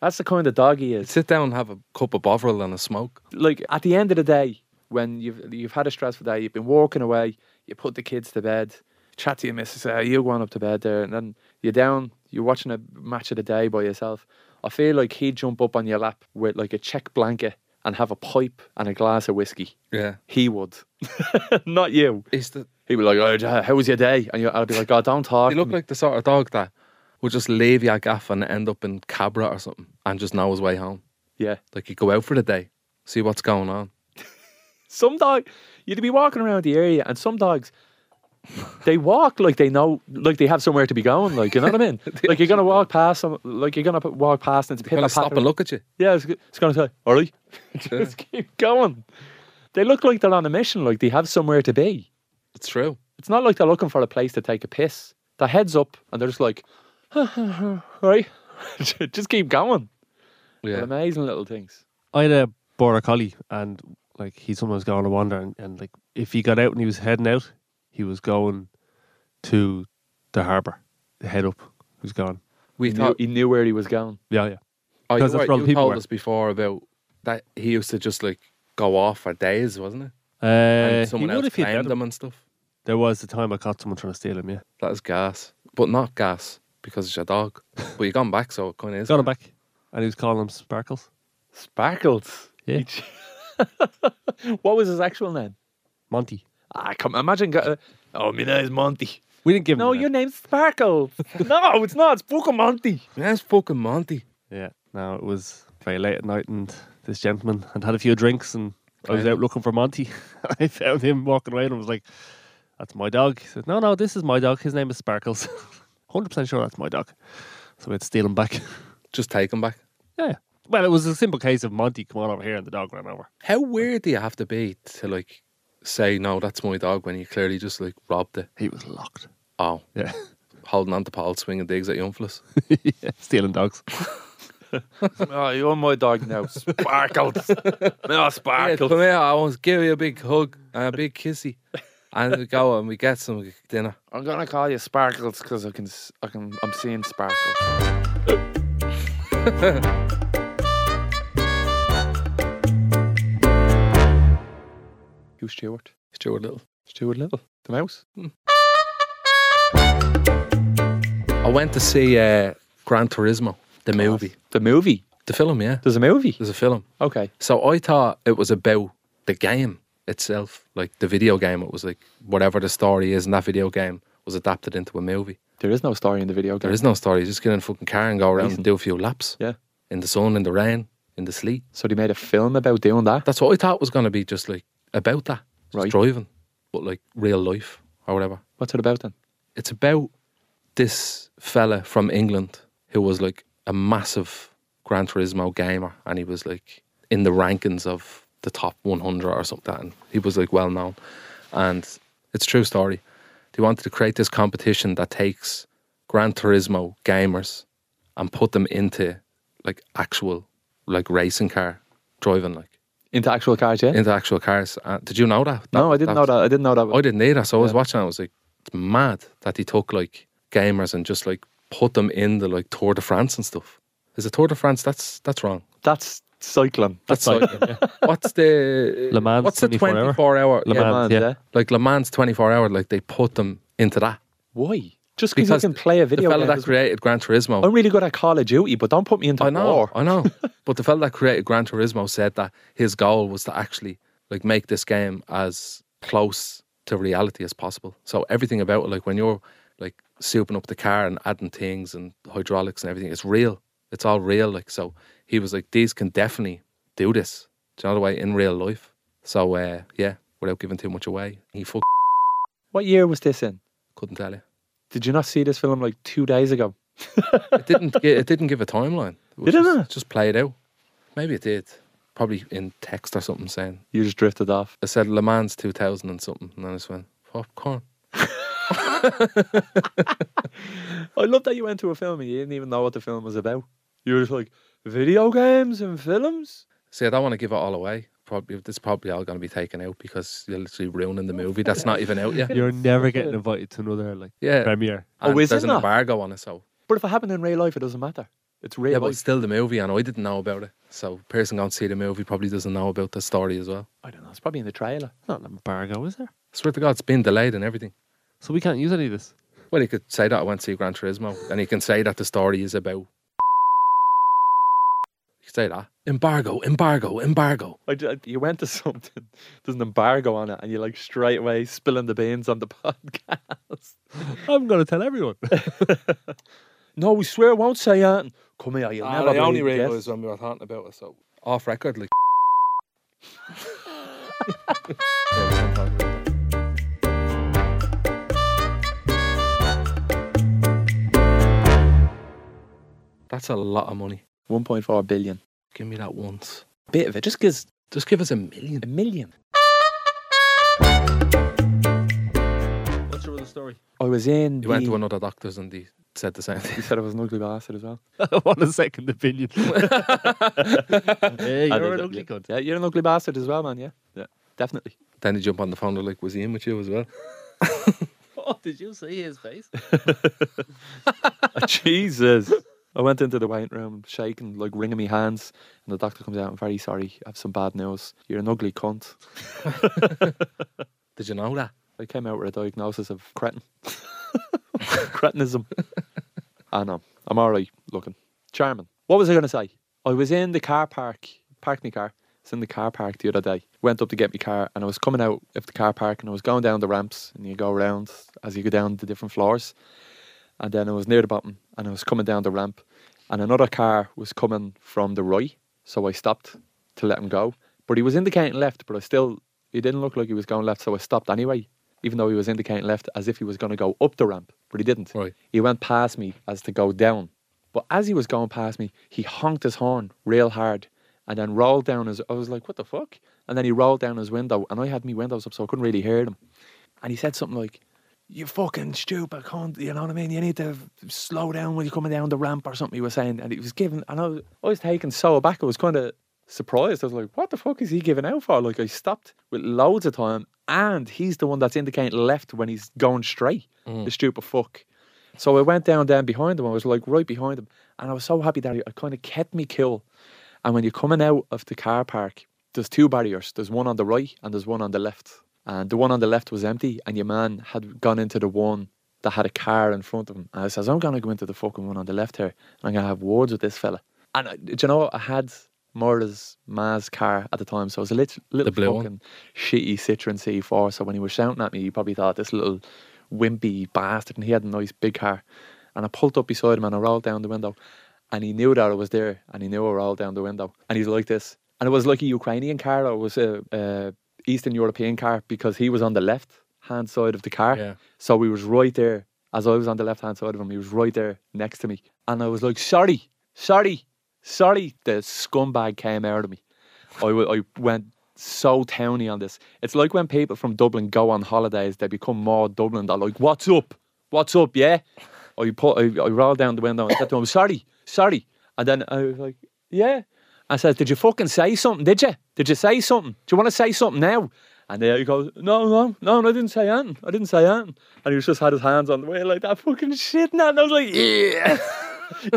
[SPEAKER 4] That's the kind of dog he is.
[SPEAKER 5] Sit down and have a cup of Bovril and a smoke.
[SPEAKER 4] like at the end of the day, when you've you've had a stressful day, you've been walking away, you put the kids to bed, chat to your missus, say, "Oh, you going up to bed there, and then you're down, you're watching a match of the day by yourself. I feel like he'd jump up on your lap with like a check blanket and have a pipe and a glass of whiskey.
[SPEAKER 5] Yeah.
[SPEAKER 4] He would, not you.
[SPEAKER 5] He's the,
[SPEAKER 4] He'd be like, oh, ja- "How was your day?" And you, I'd be like, "God, don't talk."
[SPEAKER 5] he
[SPEAKER 4] to
[SPEAKER 5] looked
[SPEAKER 4] me."
[SPEAKER 5] like the sort of dog that would just leave your gaff and end up in Cabra or something and just know his way home.
[SPEAKER 4] yeah.
[SPEAKER 5] Like he'd go out for the day, see what's going on.
[SPEAKER 4] Some dog, you'd be walking around the area, and some dogs, they walk like they know, like they have somewhere to be going. Like you know what I mean? like you're gonna walk past some, like you're gonna p- walk past, and it's
[SPEAKER 5] Gonna
[SPEAKER 4] pitter
[SPEAKER 5] stop
[SPEAKER 4] patter.
[SPEAKER 5] and look at you.
[SPEAKER 4] Yeah, it's, it's gonna say, "All right, just keep going." They look like they're on a mission. Like they have somewhere to be.
[SPEAKER 5] It's true.
[SPEAKER 4] It's not like they're looking for a place to take a piss. Their heads up, and they're just like, "All right, just keep going." They're
[SPEAKER 5] Yeah.
[SPEAKER 4] Amazing little things.
[SPEAKER 6] I had a border collie, and like he sometimes go on a wander, and, and like if he got out and he was heading out, he was going to the harbour, head up. He was gone.
[SPEAKER 5] We
[SPEAKER 4] He knew,
[SPEAKER 5] thought
[SPEAKER 4] he knew where he was going.
[SPEAKER 6] Yeah, yeah.
[SPEAKER 5] oh, you,
[SPEAKER 6] because that's
[SPEAKER 5] were-
[SPEAKER 6] where all
[SPEAKER 5] you
[SPEAKER 6] the people
[SPEAKER 5] told
[SPEAKER 6] were.
[SPEAKER 5] us before about that he used to just like go off for days, wasn't it?
[SPEAKER 6] Uh,
[SPEAKER 5] And someone
[SPEAKER 6] he would
[SPEAKER 5] else
[SPEAKER 6] if he'd let
[SPEAKER 5] claimed
[SPEAKER 6] him.
[SPEAKER 5] them and stuff.
[SPEAKER 6] There was a time I caught someone trying to steal him. Yeah,
[SPEAKER 5] That is gas, but not gas because it's your dog. but you gone back, so it kind of is.
[SPEAKER 6] got him back, and he was calling him Sparkles.
[SPEAKER 4] Sparkles.
[SPEAKER 6] Yeah.
[SPEAKER 4] what was his actual name?
[SPEAKER 6] Monty.
[SPEAKER 4] I come imagine. Go, uh, oh, my name's Monty.
[SPEAKER 6] We didn't give him.
[SPEAKER 4] No,
[SPEAKER 6] the
[SPEAKER 4] your name's Sparkle. no, it's not. It's fucking Monty.
[SPEAKER 5] Yeah, it's fucking Monty.
[SPEAKER 6] Yeah. Now it was very late at night, and this gentleman had had a few drinks, and I was
[SPEAKER 5] Right.
[SPEAKER 6] out looking for Monty. I found him walking away, and I was like, "That's my dog." He said, "No, no, this is my dog. His name is Sparkles. Hundred percent sure that's my dog." So we had to steal him back.
[SPEAKER 5] Just take him back.
[SPEAKER 6] yeah. yeah. Well, it was a simple case of Monty come on over here, and the dog ran over.
[SPEAKER 5] How weird do you have to be to like say no, that's my dog when you clearly just like robbed it?
[SPEAKER 6] He was locked.
[SPEAKER 5] Oh,
[SPEAKER 6] Yeah.
[SPEAKER 5] holding on to Paul, swinging digs at young fellas.
[SPEAKER 6] yeah. Stealing dogs.
[SPEAKER 4] oh, you're my dog now. Sparkles. no,
[SPEAKER 5] Yeah,
[SPEAKER 4] Sparkles.
[SPEAKER 5] come here, I want to give you a big hug and a big kissy, and we go and we get some dinner.
[SPEAKER 4] I'm gonna call you Sparkles because I can, s- I can, I'm seeing Sparkles. Who's Stewart?
[SPEAKER 5] Stuart Little.
[SPEAKER 4] Stewart Little, the mouse.
[SPEAKER 5] I went to see uh, Gran Turismo, the movie,
[SPEAKER 4] The movie.
[SPEAKER 5] the film. Yeah,
[SPEAKER 4] There's a movie.
[SPEAKER 5] there's a film.
[SPEAKER 4] Okay.
[SPEAKER 5] So I thought it was about the game itself, like the video game. It was like whatever the story is in that video game was adapted into a movie.
[SPEAKER 4] There is no story in the video game.
[SPEAKER 5] There is no story. You just get in a fucking car and go around
[SPEAKER 4] Amazing.
[SPEAKER 5] and do a few laps
[SPEAKER 4] Yeah.
[SPEAKER 5] in the sun, in the rain, in the sleet.
[SPEAKER 4] So they made a film about doing that.
[SPEAKER 5] That's what I thought was going to be just like about that, just
[SPEAKER 4] Right.
[SPEAKER 5] driving, but like real life or whatever.
[SPEAKER 4] What's it about then?
[SPEAKER 5] It's about this fella from England who was like a massive Gran Turismo gamer, and he was like in the rankings of the top 100 or something. And he was like well known, and it's a true story. They wanted to create this competition that takes Gran Turismo gamers and put them into like actual like racing car driving like
[SPEAKER 4] Into actual cars, yeah?
[SPEAKER 5] into actual cars. Uh, did you know that?
[SPEAKER 4] no, I didn't know that. I didn't know that.
[SPEAKER 5] I didn't either. So I was watching. I was like, it's mad that he took like gamers and just like put them in the like Tour de France and stuff. Is it Tour de France? That's that's wrong.
[SPEAKER 4] That's cycling.
[SPEAKER 5] That's like what's the
[SPEAKER 6] Le Mans
[SPEAKER 5] What's the
[SPEAKER 6] 24 hour?
[SPEAKER 5] twenty-four hour?
[SPEAKER 6] Le
[SPEAKER 5] yeah,
[SPEAKER 6] Mans. yeah.
[SPEAKER 5] like Le Mans twenty-four hour. Like they put them into that.
[SPEAKER 4] Why? Just because you
[SPEAKER 5] Because
[SPEAKER 4] can play a video
[SPEAKER 5] the fella
[SPEAKER 4] game.
[SPEAKER 5] that
[SPEAKER 4] doesn't-
[SPEAKER 5] created Gran Turismo.
[SPEAKER 4] I'm really good at Call of Duty, but don't put me into
[SPEAKER 5] I know,
[SPEAKER 4] war.
[SPEAKER 5] I know. but the fella that created Gran Turismo said that his goal was to actually like make this game as close to reality as possible. So everything about it, like when you're like souping up the car and adding things and hydraulics and everything, it's real. It's all real. Like so, he was like, these can definitely do this. Do you know the way in real life? So uh, yeah, without giving too much away, he fuck
[SPEAKER 4] What year was this in?
[SPEAKER 5] couldn't tell you.
[SPEAKER 4] Did you not see this film like two days ago?
[SPEAKER 5] It didn't. gi- it didn't give a timeline. It was
[SPEAKER 4] Didn't
[SPEAKER 5] just,
[SPEAKER 4] it?
[SPEAKER 5] Just play it out. Maybe it did. Probably in text or something saying
[SPEAKER 4] You just drifted off.
[SPEAKER 5] I said Le Mans 2000 and something, and I just went, popcorn.
[SPEAKER 4] I love that you went to a film and you didn't even know what the film was about. You were just like, video games and films?
[SPEAKER 5] See, I don't want to give it all away, probably this probably all going to be taken out because you're literally ruining the movie. That's not even out yet.
[SPEAKER 6] You're never getting invited to another like
[SPEAKER 5] Yeah,
[SPEAKER 6] premiere.
[SPEAKER 4] Oh,
[SPEAKER 5] and
[SPEAKER 4] is
[SPEAKER 5] there's
[SPEAKER 4] it
[SPEAKER 5] an
[SPEAKER 4] not?
[SPEAKER 5] embargo on it, so
[SPEAKER 4] But if it happened in real life, it doesn't matter. It's real
[SPEAKER 5] yeah, but
[SPEAKER 4] life.
[SPEAKER 5] it's still the movie, and I didn't know about it. So person going to see the movie probably doesn't know about the story as well.
[SPEAKER 4] I don't know. It's probably in the trailer.
[SPEAKER 6] Not an embargo, is there?
[SPEAKER 5] I swear to God, it's been delayed and everything.
[SPEAKER 6] So we can't use any of this.
[SPEAKER 5] Well, he could say that I went to see Gran Turismo, and he can say that the story is about. He could say that embargo, embargo, embargo.
[SPEAKER 4] I ju- you went to something. There's an embargo on it, and you're like straight away spilling the beans on the podcast.
[SPEAKER 6] I'm gonna tell everyone.
[SPEAKER 4] no, we swear I won't say anything. Come here,
[SPEAKER 5] Ah,
[SPEAKER 4] you'll never believe this.
[SPEAKER 5] when we were talking about it, so off record, like. That's a lot of money.
[SPEAKER 4] 1.4 billion.
[SPEAKER 5] Give me that once.
[SPEAKER 4] Bit of it just gives
[SPEAKER 5] Just give us a million.
[SPEAKER 4] a million.
[SPEAKER 6] What's your other story?
[SPEAKER 4] I was in.
[SPEAKER 5] He went
[SPEAKER 4] the-
[SPEAKER 5] to another doctor's and he said the same
[SPEAKER 4] He
[SPEAKER 5] thing.
[SPEAKER 4] said I was an ugly bastard as well.
[SPEAKER 6] I want a second opinion. hey,
[SPEAKER 4] I
[SPEAKER 6] you're
[SPEAKER 4] did
[SPEAKER 6] an
[SPEAKER 4] that,
[SPEAKER 6] ugly cunt.
[SPEAKER 4] Yeah, you're an ugly bastard as well, man. Yeah, yeah, definitely.
[SPEAKER 5] Then he jumped on the phone and like, was he in with you as well?
[SPEAKER 6] Oh, did you see his face?
[SPEAKER 4] Jesus. I went into the waiting room shaking, like wringing my hands, and the doctor comes out. I'm very sorry. I have some bad news. You're an ugly cunt.
[SPEAKER 5] Did you know that?
[SPEAKER 4] I came out with a diagnosis of cretin, cretinism. I know. I'm all right looking. Charming. What was I going to say? I was in the car park, parked my car. I was in the car park the other day. Went up to get my car, and I was coming out of the car park, and I was going down the ramps, and you go around as you go down the different floors. And then I was near the bottom, and I was coming down the ramp, and another car was coming from the right, so I stopped to let him go. But he was indicating left, but I still, he didn't look like he was going left, so I stopped anyway, even though he was indicating left as if he was going to go up the ramp, but he didn't.
[SPEAKER 5] Right.
[SPEAKER 4] He went past me as to go down. But as he was going past me, he honked his horn real hard and then rolled down his. I was like, what the fuck? And then he rolled down his window, and I had me windows up, so I couldn't really hear them. And he said something like, you fucking stupid cunt, you know what I mean? You need to slow down when you're coming down the ramp or something, he was saying. And he was giving, and I was, I was taken so aback, I was kind of surprised. I was like, what the fuck is he giving out for? Like, I stopped with loads of time, and he's the one that's indicating left when he's going straight, the stupid fuck. So I went down down behind him. I was like right behind him, and I was so happy that I kind of kept me cool. And when you're coming out of the car park, there's two barriers. There's one on the right and there's one on the left. And the one on the left was empty, and your man had gone into the one that had a car in front of him. And I says, I'm gonna go into the fucking one on the left here, and I'm gonna have words with this fella. And I, do you know, what? I had Murda's Ma's car at the time, so it was a little, little
[SPEAKER 5] The blue one?
[SPEAKER 4] fucking shitty Citroen C4. So when he was shouting at me, he probably thought this little wimpy bastard, and he had a nice big car. And I pulled up beside him and I rolled down the window, and he knew that I was there, and he knew I rolled down the window, and he's like this, and it was like a Ukrainian car, or it was a, a Eastern European car because he was on the left hand side of the car.
[SPEAKER 5] Yeah.
[SPEAKER 4] So he was right there. As I was on the left hand side of him, he was right there next to me. And I was like, sorry, sorry, sorry. The scumbag came out of me. I, w- I went so towny on this. It's like when people from Dublin go on holidays, they become more Dublin. They're like, what's up? What's up? Yeah. I, put, I, I rolled down the window and said to him, sorry, sorry. And then I was like, yeah. I said, did you fucking say something? Did you? Did you say something? Do you want to say something now? And there he goes, no, no, no, no, I didn't say anything. I didn't say anything. And he was just had his hands on the way like that fucking shit. And I was like, yeah.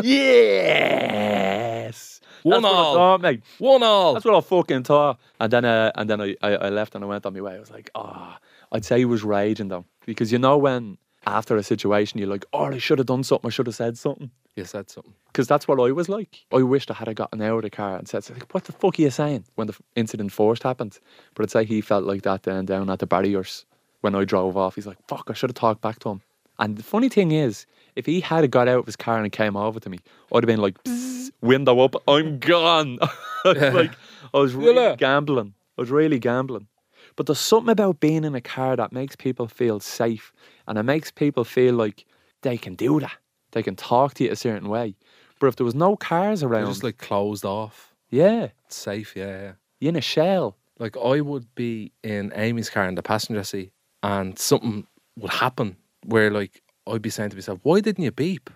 [SPEAKER 4] yes.
[SPEAKER 5] One
[SPEAKER 4] That's what I
[SPEAKER 5] all.
[SPEAKER 4] thought, mate.
[SPEAKER 5] One all.
[SPEAKER 4] That's what I fucking thought. And then, uh, and then I, I, I left and I went on my way. I was like, ah, I'd say he was raging though, because you know when after a situation you're like, oh, I should have done something. I should have said something.
[SPEAKER 5] you said something.
[SPEAKER 4] Because that's what I was like. I wished I had gotten out of the car and said, something like, what the fuck are you saying? When the f- incident first happened. But I'd say he felt like that then down at the barriers when I drove off. He's like, fuck, I should have talked back to him. And the funny thing is, if he had have got out of his car and came over to me, I'd have been like, "Bzzz, window up, I'm gone. like, I was really
[SPEAKER 5] there.
[SPEAKER 4] gambling. I was really gambling. But there's something about being in a car that makes people feel safe and it makes people feel like they can do that. They can talk to you a certain way. But if there was no cars
[SPEAKER 5] They're
[SPEAKER 4] around,
[SPEAKER 5] just like closed off,
[SPEAKER 4] yeah,
[SPEAKER 5] safe. Yeah, yeah.
[SPEAKER 4] you're in a shell.
[SPEAKER 5] Like I would be in Amy's car in the passenger seat, and something would happen where like I'd be saying to myself, "Why didn't you beep?"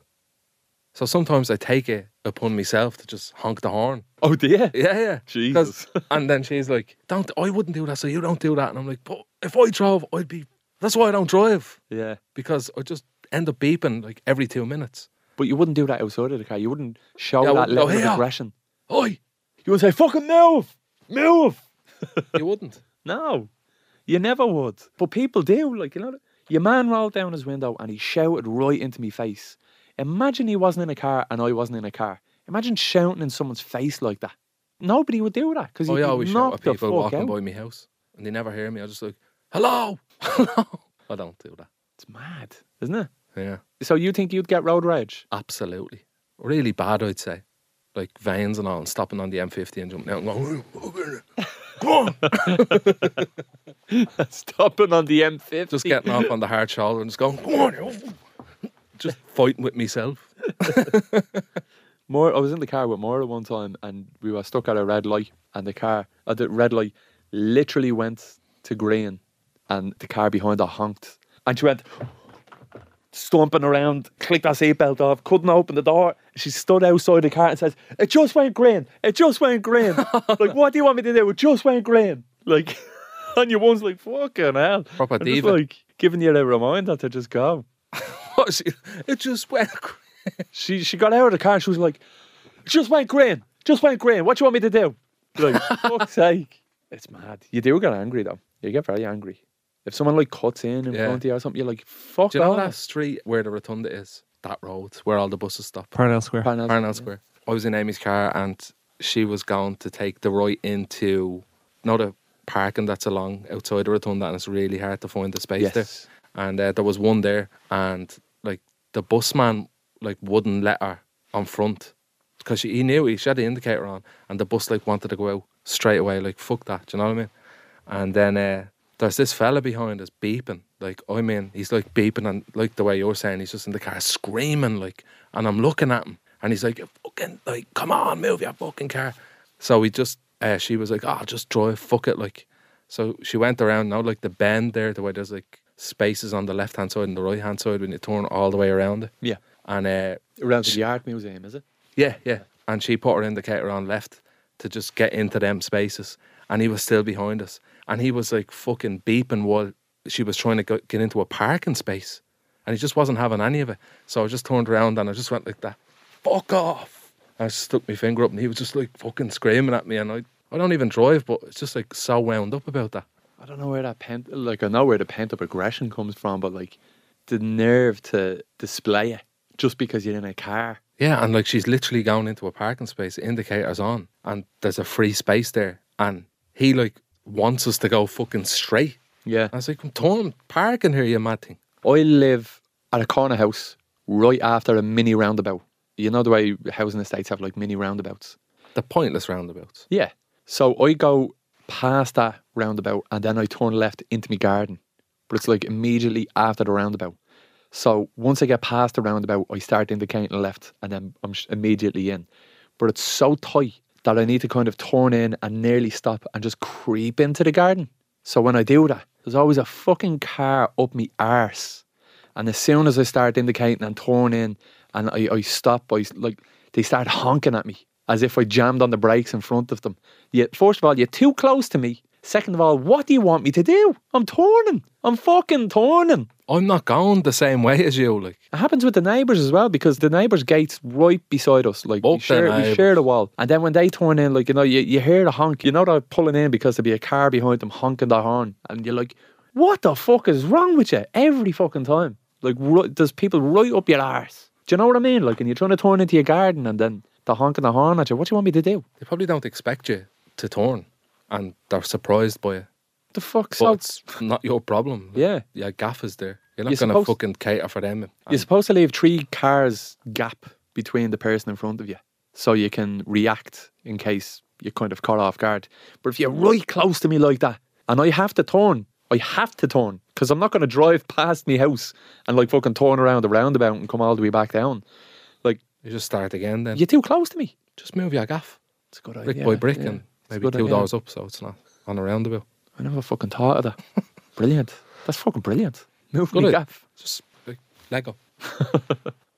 [SPEAKER 5] So sometimes I take it upon myself to just honk the horn.
[SPEAKER 4] Oh dear.
[SPEAKER 5] Yeah, yeah. 'Cause-
[SPEAKER 4] Jesus.
[SPEAKER 5] And then she's like, "Don't I wouldn't do that, so you don't do that." And I'm like, "But if I drove, I'd be." That's why I don't drive
[SPEAKER 4] Yeah.
[SPEAKER 5] because I just end up beeping like every two minutes.
[SPEAKER 4] But you wouldn't do that outside of the car. You wouldn't show
[SPEAKER 5] Yeah, I
[SPEAKER 4] that
[SPEAKER 5] wouldn't go,
[SPEAKER 4] level of
[SPEAKER 5] "Here!"
[SPEAKER 4] aggression.
[SPEAKER 5] Oi,
[SPEAKER 4] You would say, fucking move! Move!
[SPEAKER 5] you wouldn't.
[SPEAKER 4] No. You never would. But people do. Like, you know, your man rolled down his window and he shouted right into me face. Imagine he wasn't in a car and I wasn't in a car. Imagine shouting in someone's face like that. Nobody would do that because
[SPEAKER 5] Oh,
[SPEAKER 4] you'd
[SPEAKER 5] I
[SPEAKER 4] be
[SPEAKER 5] always shout
[SPEAKER 4] knocked
[SPEAKER 5] at
[SPEAKER 4] the
[SPEAKER 5] people
[SPEAKER 4] fuck
[SPEAKER 5] walking
[SPEAKER 4] out.
[SPEAKER 5] by my house and they never hear me. I just like, hello, hello. I don't do that.
[SPEAKER 4] It's mad, isn't it?
[SPEAKER 5] Yeah,
[SPEAKER 4] So you think you'd get road rage?
[SPEAKER 5] absolutely. Really bad, I'd say. Like veins and all, and stopping on the M50 and jumping out and going, come on.
[SPEAKER 4] Stopping on the M50.
[SPEAKER 5] Just getting off on the hard shoulder and just going, come on. you." Just fighting with myself.
[SPEAKER 4] More, I was in the car with Maura one time, and we were stuck at a red light, and the car at the red light literally went to green, and the car behind her honked, and she went stomping around, clicked her seatbelt off, couldn't open the door. She stood outside the car and says, "It just went green. It just went green. like, what do you want me to do? It just went green. Like." And your one's like, fucking hell.
[SPEAKER 5] Proper
[SPEAKER 4] I'm just,
[SPEAKER 5] diva.
[SPEAKER 4] like giving you a reminder to just go.
[SPEAKER 5] it just went. cra-
[SPEAKER 4] She she got out of the car and she was like, just went green. Just went green. What do you want me to do? Like, fuck's sake. It's mad. You do get angry though. You get very angry. If someone like cuts in in
[SPEAKER 5] Yeah.
[SPEAKER 4] front of you or something, you're like, fuck
[SPEAKER 5] Do you know
[SPEAKER 4] off.
[SPEAKER 5] that street where the rotunda is? That road where all the buses stop.
[SPEAKER 6] Parnell Square.
[SPEAKER 4] Parnell-
[SPEAKER 5] Parnell Square. I was in Amy's car and she was going to take the right into not a parking that's along outside the rotunda and it's really hard to find the space
[SPEAKER 4] Yes.
[SPEAKER 5] there. And uh, there was one there and like the busman like wouldn't let her on front because he knew he she had the indicator on and the bus like wanted to go out straight away like fuck that. Do you know what I mean? And then uh, there's this fella behind us beeping. Like, I mean, he's like beeping, and like the way you're saying, he's just in the car screaming, like, and I'm looking at him, and he's like, fucking, like, come on, move your fucking car. So we just, uh, she was like, oh, just drive, fuck it. Like, so she went around now, like the bend there, the way there's like spaces on the left hand side and the right hand side when you turn all the way around it.
[SPEAKER 4] Yeah.
[SPEAKER 5] And uh,
[SPEAKER 4] Around the art museum, is it?
[SPEAKER 5] yeah, yeah. And she put her indicator on left to just get into them spaces. And he was still behind us. And he was like fucking beeping while she was trying to go, get into a parking space. And he just wasn't having any of it. So I just turned around and I just went like that, fuck off. And I stuck my finger up and he was just like fucking screaming at me. And I, I don't even drive, but it's just like so wound up about that.
[SPEAKER 4] I don't know where that pent like I know where the pent up aggression comes from, but like the nerve to display it just because you're in a car.
[SPEAKER 5] Yeah, and like she's literally going into a parking space, indicators on, and there's a free space there. And he like wants us to go fucking straight.
[SPEAKER 4] Yeah.
[SPEAKER 5] I was like, I'm torn parking here, you mad thing.
[SPEAKER 4] I live at a corner house right after a mini roundabout. You know the way housing estates have like mini roundabouts?
[SPEAKER 5] The pointless roundabouts.
[SPEAKER 4] Yeah. So I go past that roundabout and then I turn left into my garden. But it's like immediately after the roundabout. So once I get past the roundabout, I start indicating left and then I'm sh- immediately in. But it's so tight that I need to kind of turn in and nearly stop and just creep into the garden. So when I do that, there's always a fucking car up me arse. And as soon as I start indicating and turn in and I, I stop, I s- like they start honking at me as if I jammed on the brakes in front of them. You, first of all, you're too close to me. Second of all, what do you want me to do? I'm turning. I'm fucking turning.
[SPEAKER 5] I'm not going the same way as you, like
[SPEAKER 4] It happens with the neighbours as well because the neighbours' gates right beside us. Like we
[SPEAKER 5] Up the
[SPEAKER 4] share, we
[SPEAKER 5] neighbours.
[SPEAKER 4] share the wall, and then when they turn in, like you know, you, you hear the honk. You know they're pulling in because there'll be a car behind them honking their horn, and you're like, "What the fuck is wrong with you?" Every fucking time, like right, there's people right up your arse. Do you know what I mean? Like, and you're trying to turn into your garden, and then they're honking the horn at you. What do you want me to do?
[SPEAKER 5] they probably don't expect you to turn and they're surprised by it.
[SPEAKER 4] The fuck?
[SPEAKER 5] But
[SPEAKER 4] So
[SPEAKER 5] it's not your problem. Like,
[SPEAKER 4] Yeah.
[SPEAKER 5] Your gaff is there. You're not
[SPEAKER 4] You're
[SPEAKER 5] gonna
[SPEAKER 4] supposed-
[SPEAKER 5] fucking cater for them.
[SPEAKER 4] You're
[SPEAKER 5] And
[SPEAKER 4] supposed to leave three cars gap between the person in front of you, so you can react in case you're kind of caught off guard. But if you're right close to me like that, and I have to turn, I have to turn because I'm not going to drive past me house and like fucking turn around the roundabout and come all the way back down. Like
[SPEAKER 5] you just start again then.
[SPEAKER 4] you're too close to me.
[SPEAKER 5] Just move your gaff.
[SPEAKER 4] It's a good idea.
[SPEAKER 5] Brick by brick
[SPEAKER 4] yeah.
[SPEAKER 5] and
[SPEAKER 4] It's a
[SPEAKER 5] maybe
[SPEAKER 4] good
[SPEAKER 5] two
[SPEAKER 4] idea.
[SPEAKER 5] doors up so it's not on a roundabout.
[SPEAKER 4] I never fucking thought of that. brilliant. That's fucking brilliant. Move
[SPEAKER 5] Good
[SPEAKER 4] me
[SPEAKER 5] idea.
[SPEAKER 4] gaff.
[SPEAKER 5] Just like Lego.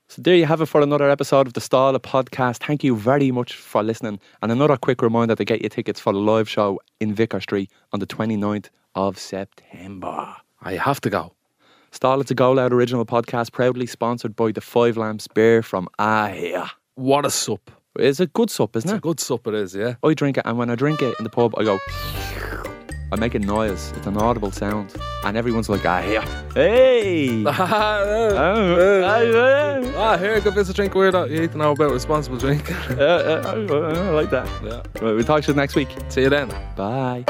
[SPEAKER 4] So there you have it for another episode of the Stala podcast. Thank you very much for listening. And another quick reminder to get your tickets for the live show in Vicar Street on the 29th of September.
[SPEAKER 5] I have to go.
[SPEAKER 4] Stall It's a Go Loud original podcast, proudly sponsored by the Five Lamps Beer from Ahia.
[SPEAKER 5] What a sup.
[SPEAKER 4] It's a good sup, isn't
[SPEAKER 5] It's a
[SPEAKER 4] it?
[SPEAKER 5] good sup it is, yeah.
[SPEAKER 4] I drink it, and when I drink it in the pub, I go. I make a noise. It's an audible sound, and everyone's like, "Ahia, hey!"
[SPEAKER 5] ah,
[SPEAKER 4] I
[SPEAKER 5] here, go visit Drink Weirdo. You need to know about responsible drinking.
[SPEAKER 4] Uh, oh, like that.
[SPEAKER 5] yeah.
[SPEAKER 4] Right, we'll talk to you next week.
[SPEAKER 5] See you then.
[SPEAKER 4] Bye.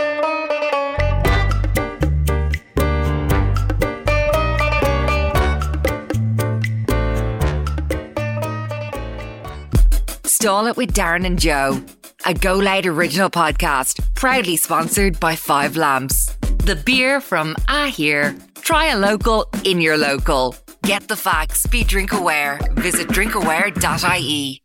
[SPEAKER 1] Stall It with Darren and Joe, a Go Loud original podcast, proudly sponsored by Five Lamps. The beer from Ah Here. Try a local in your local. Get the facts, be drink aware. Visit drinkaware.ie.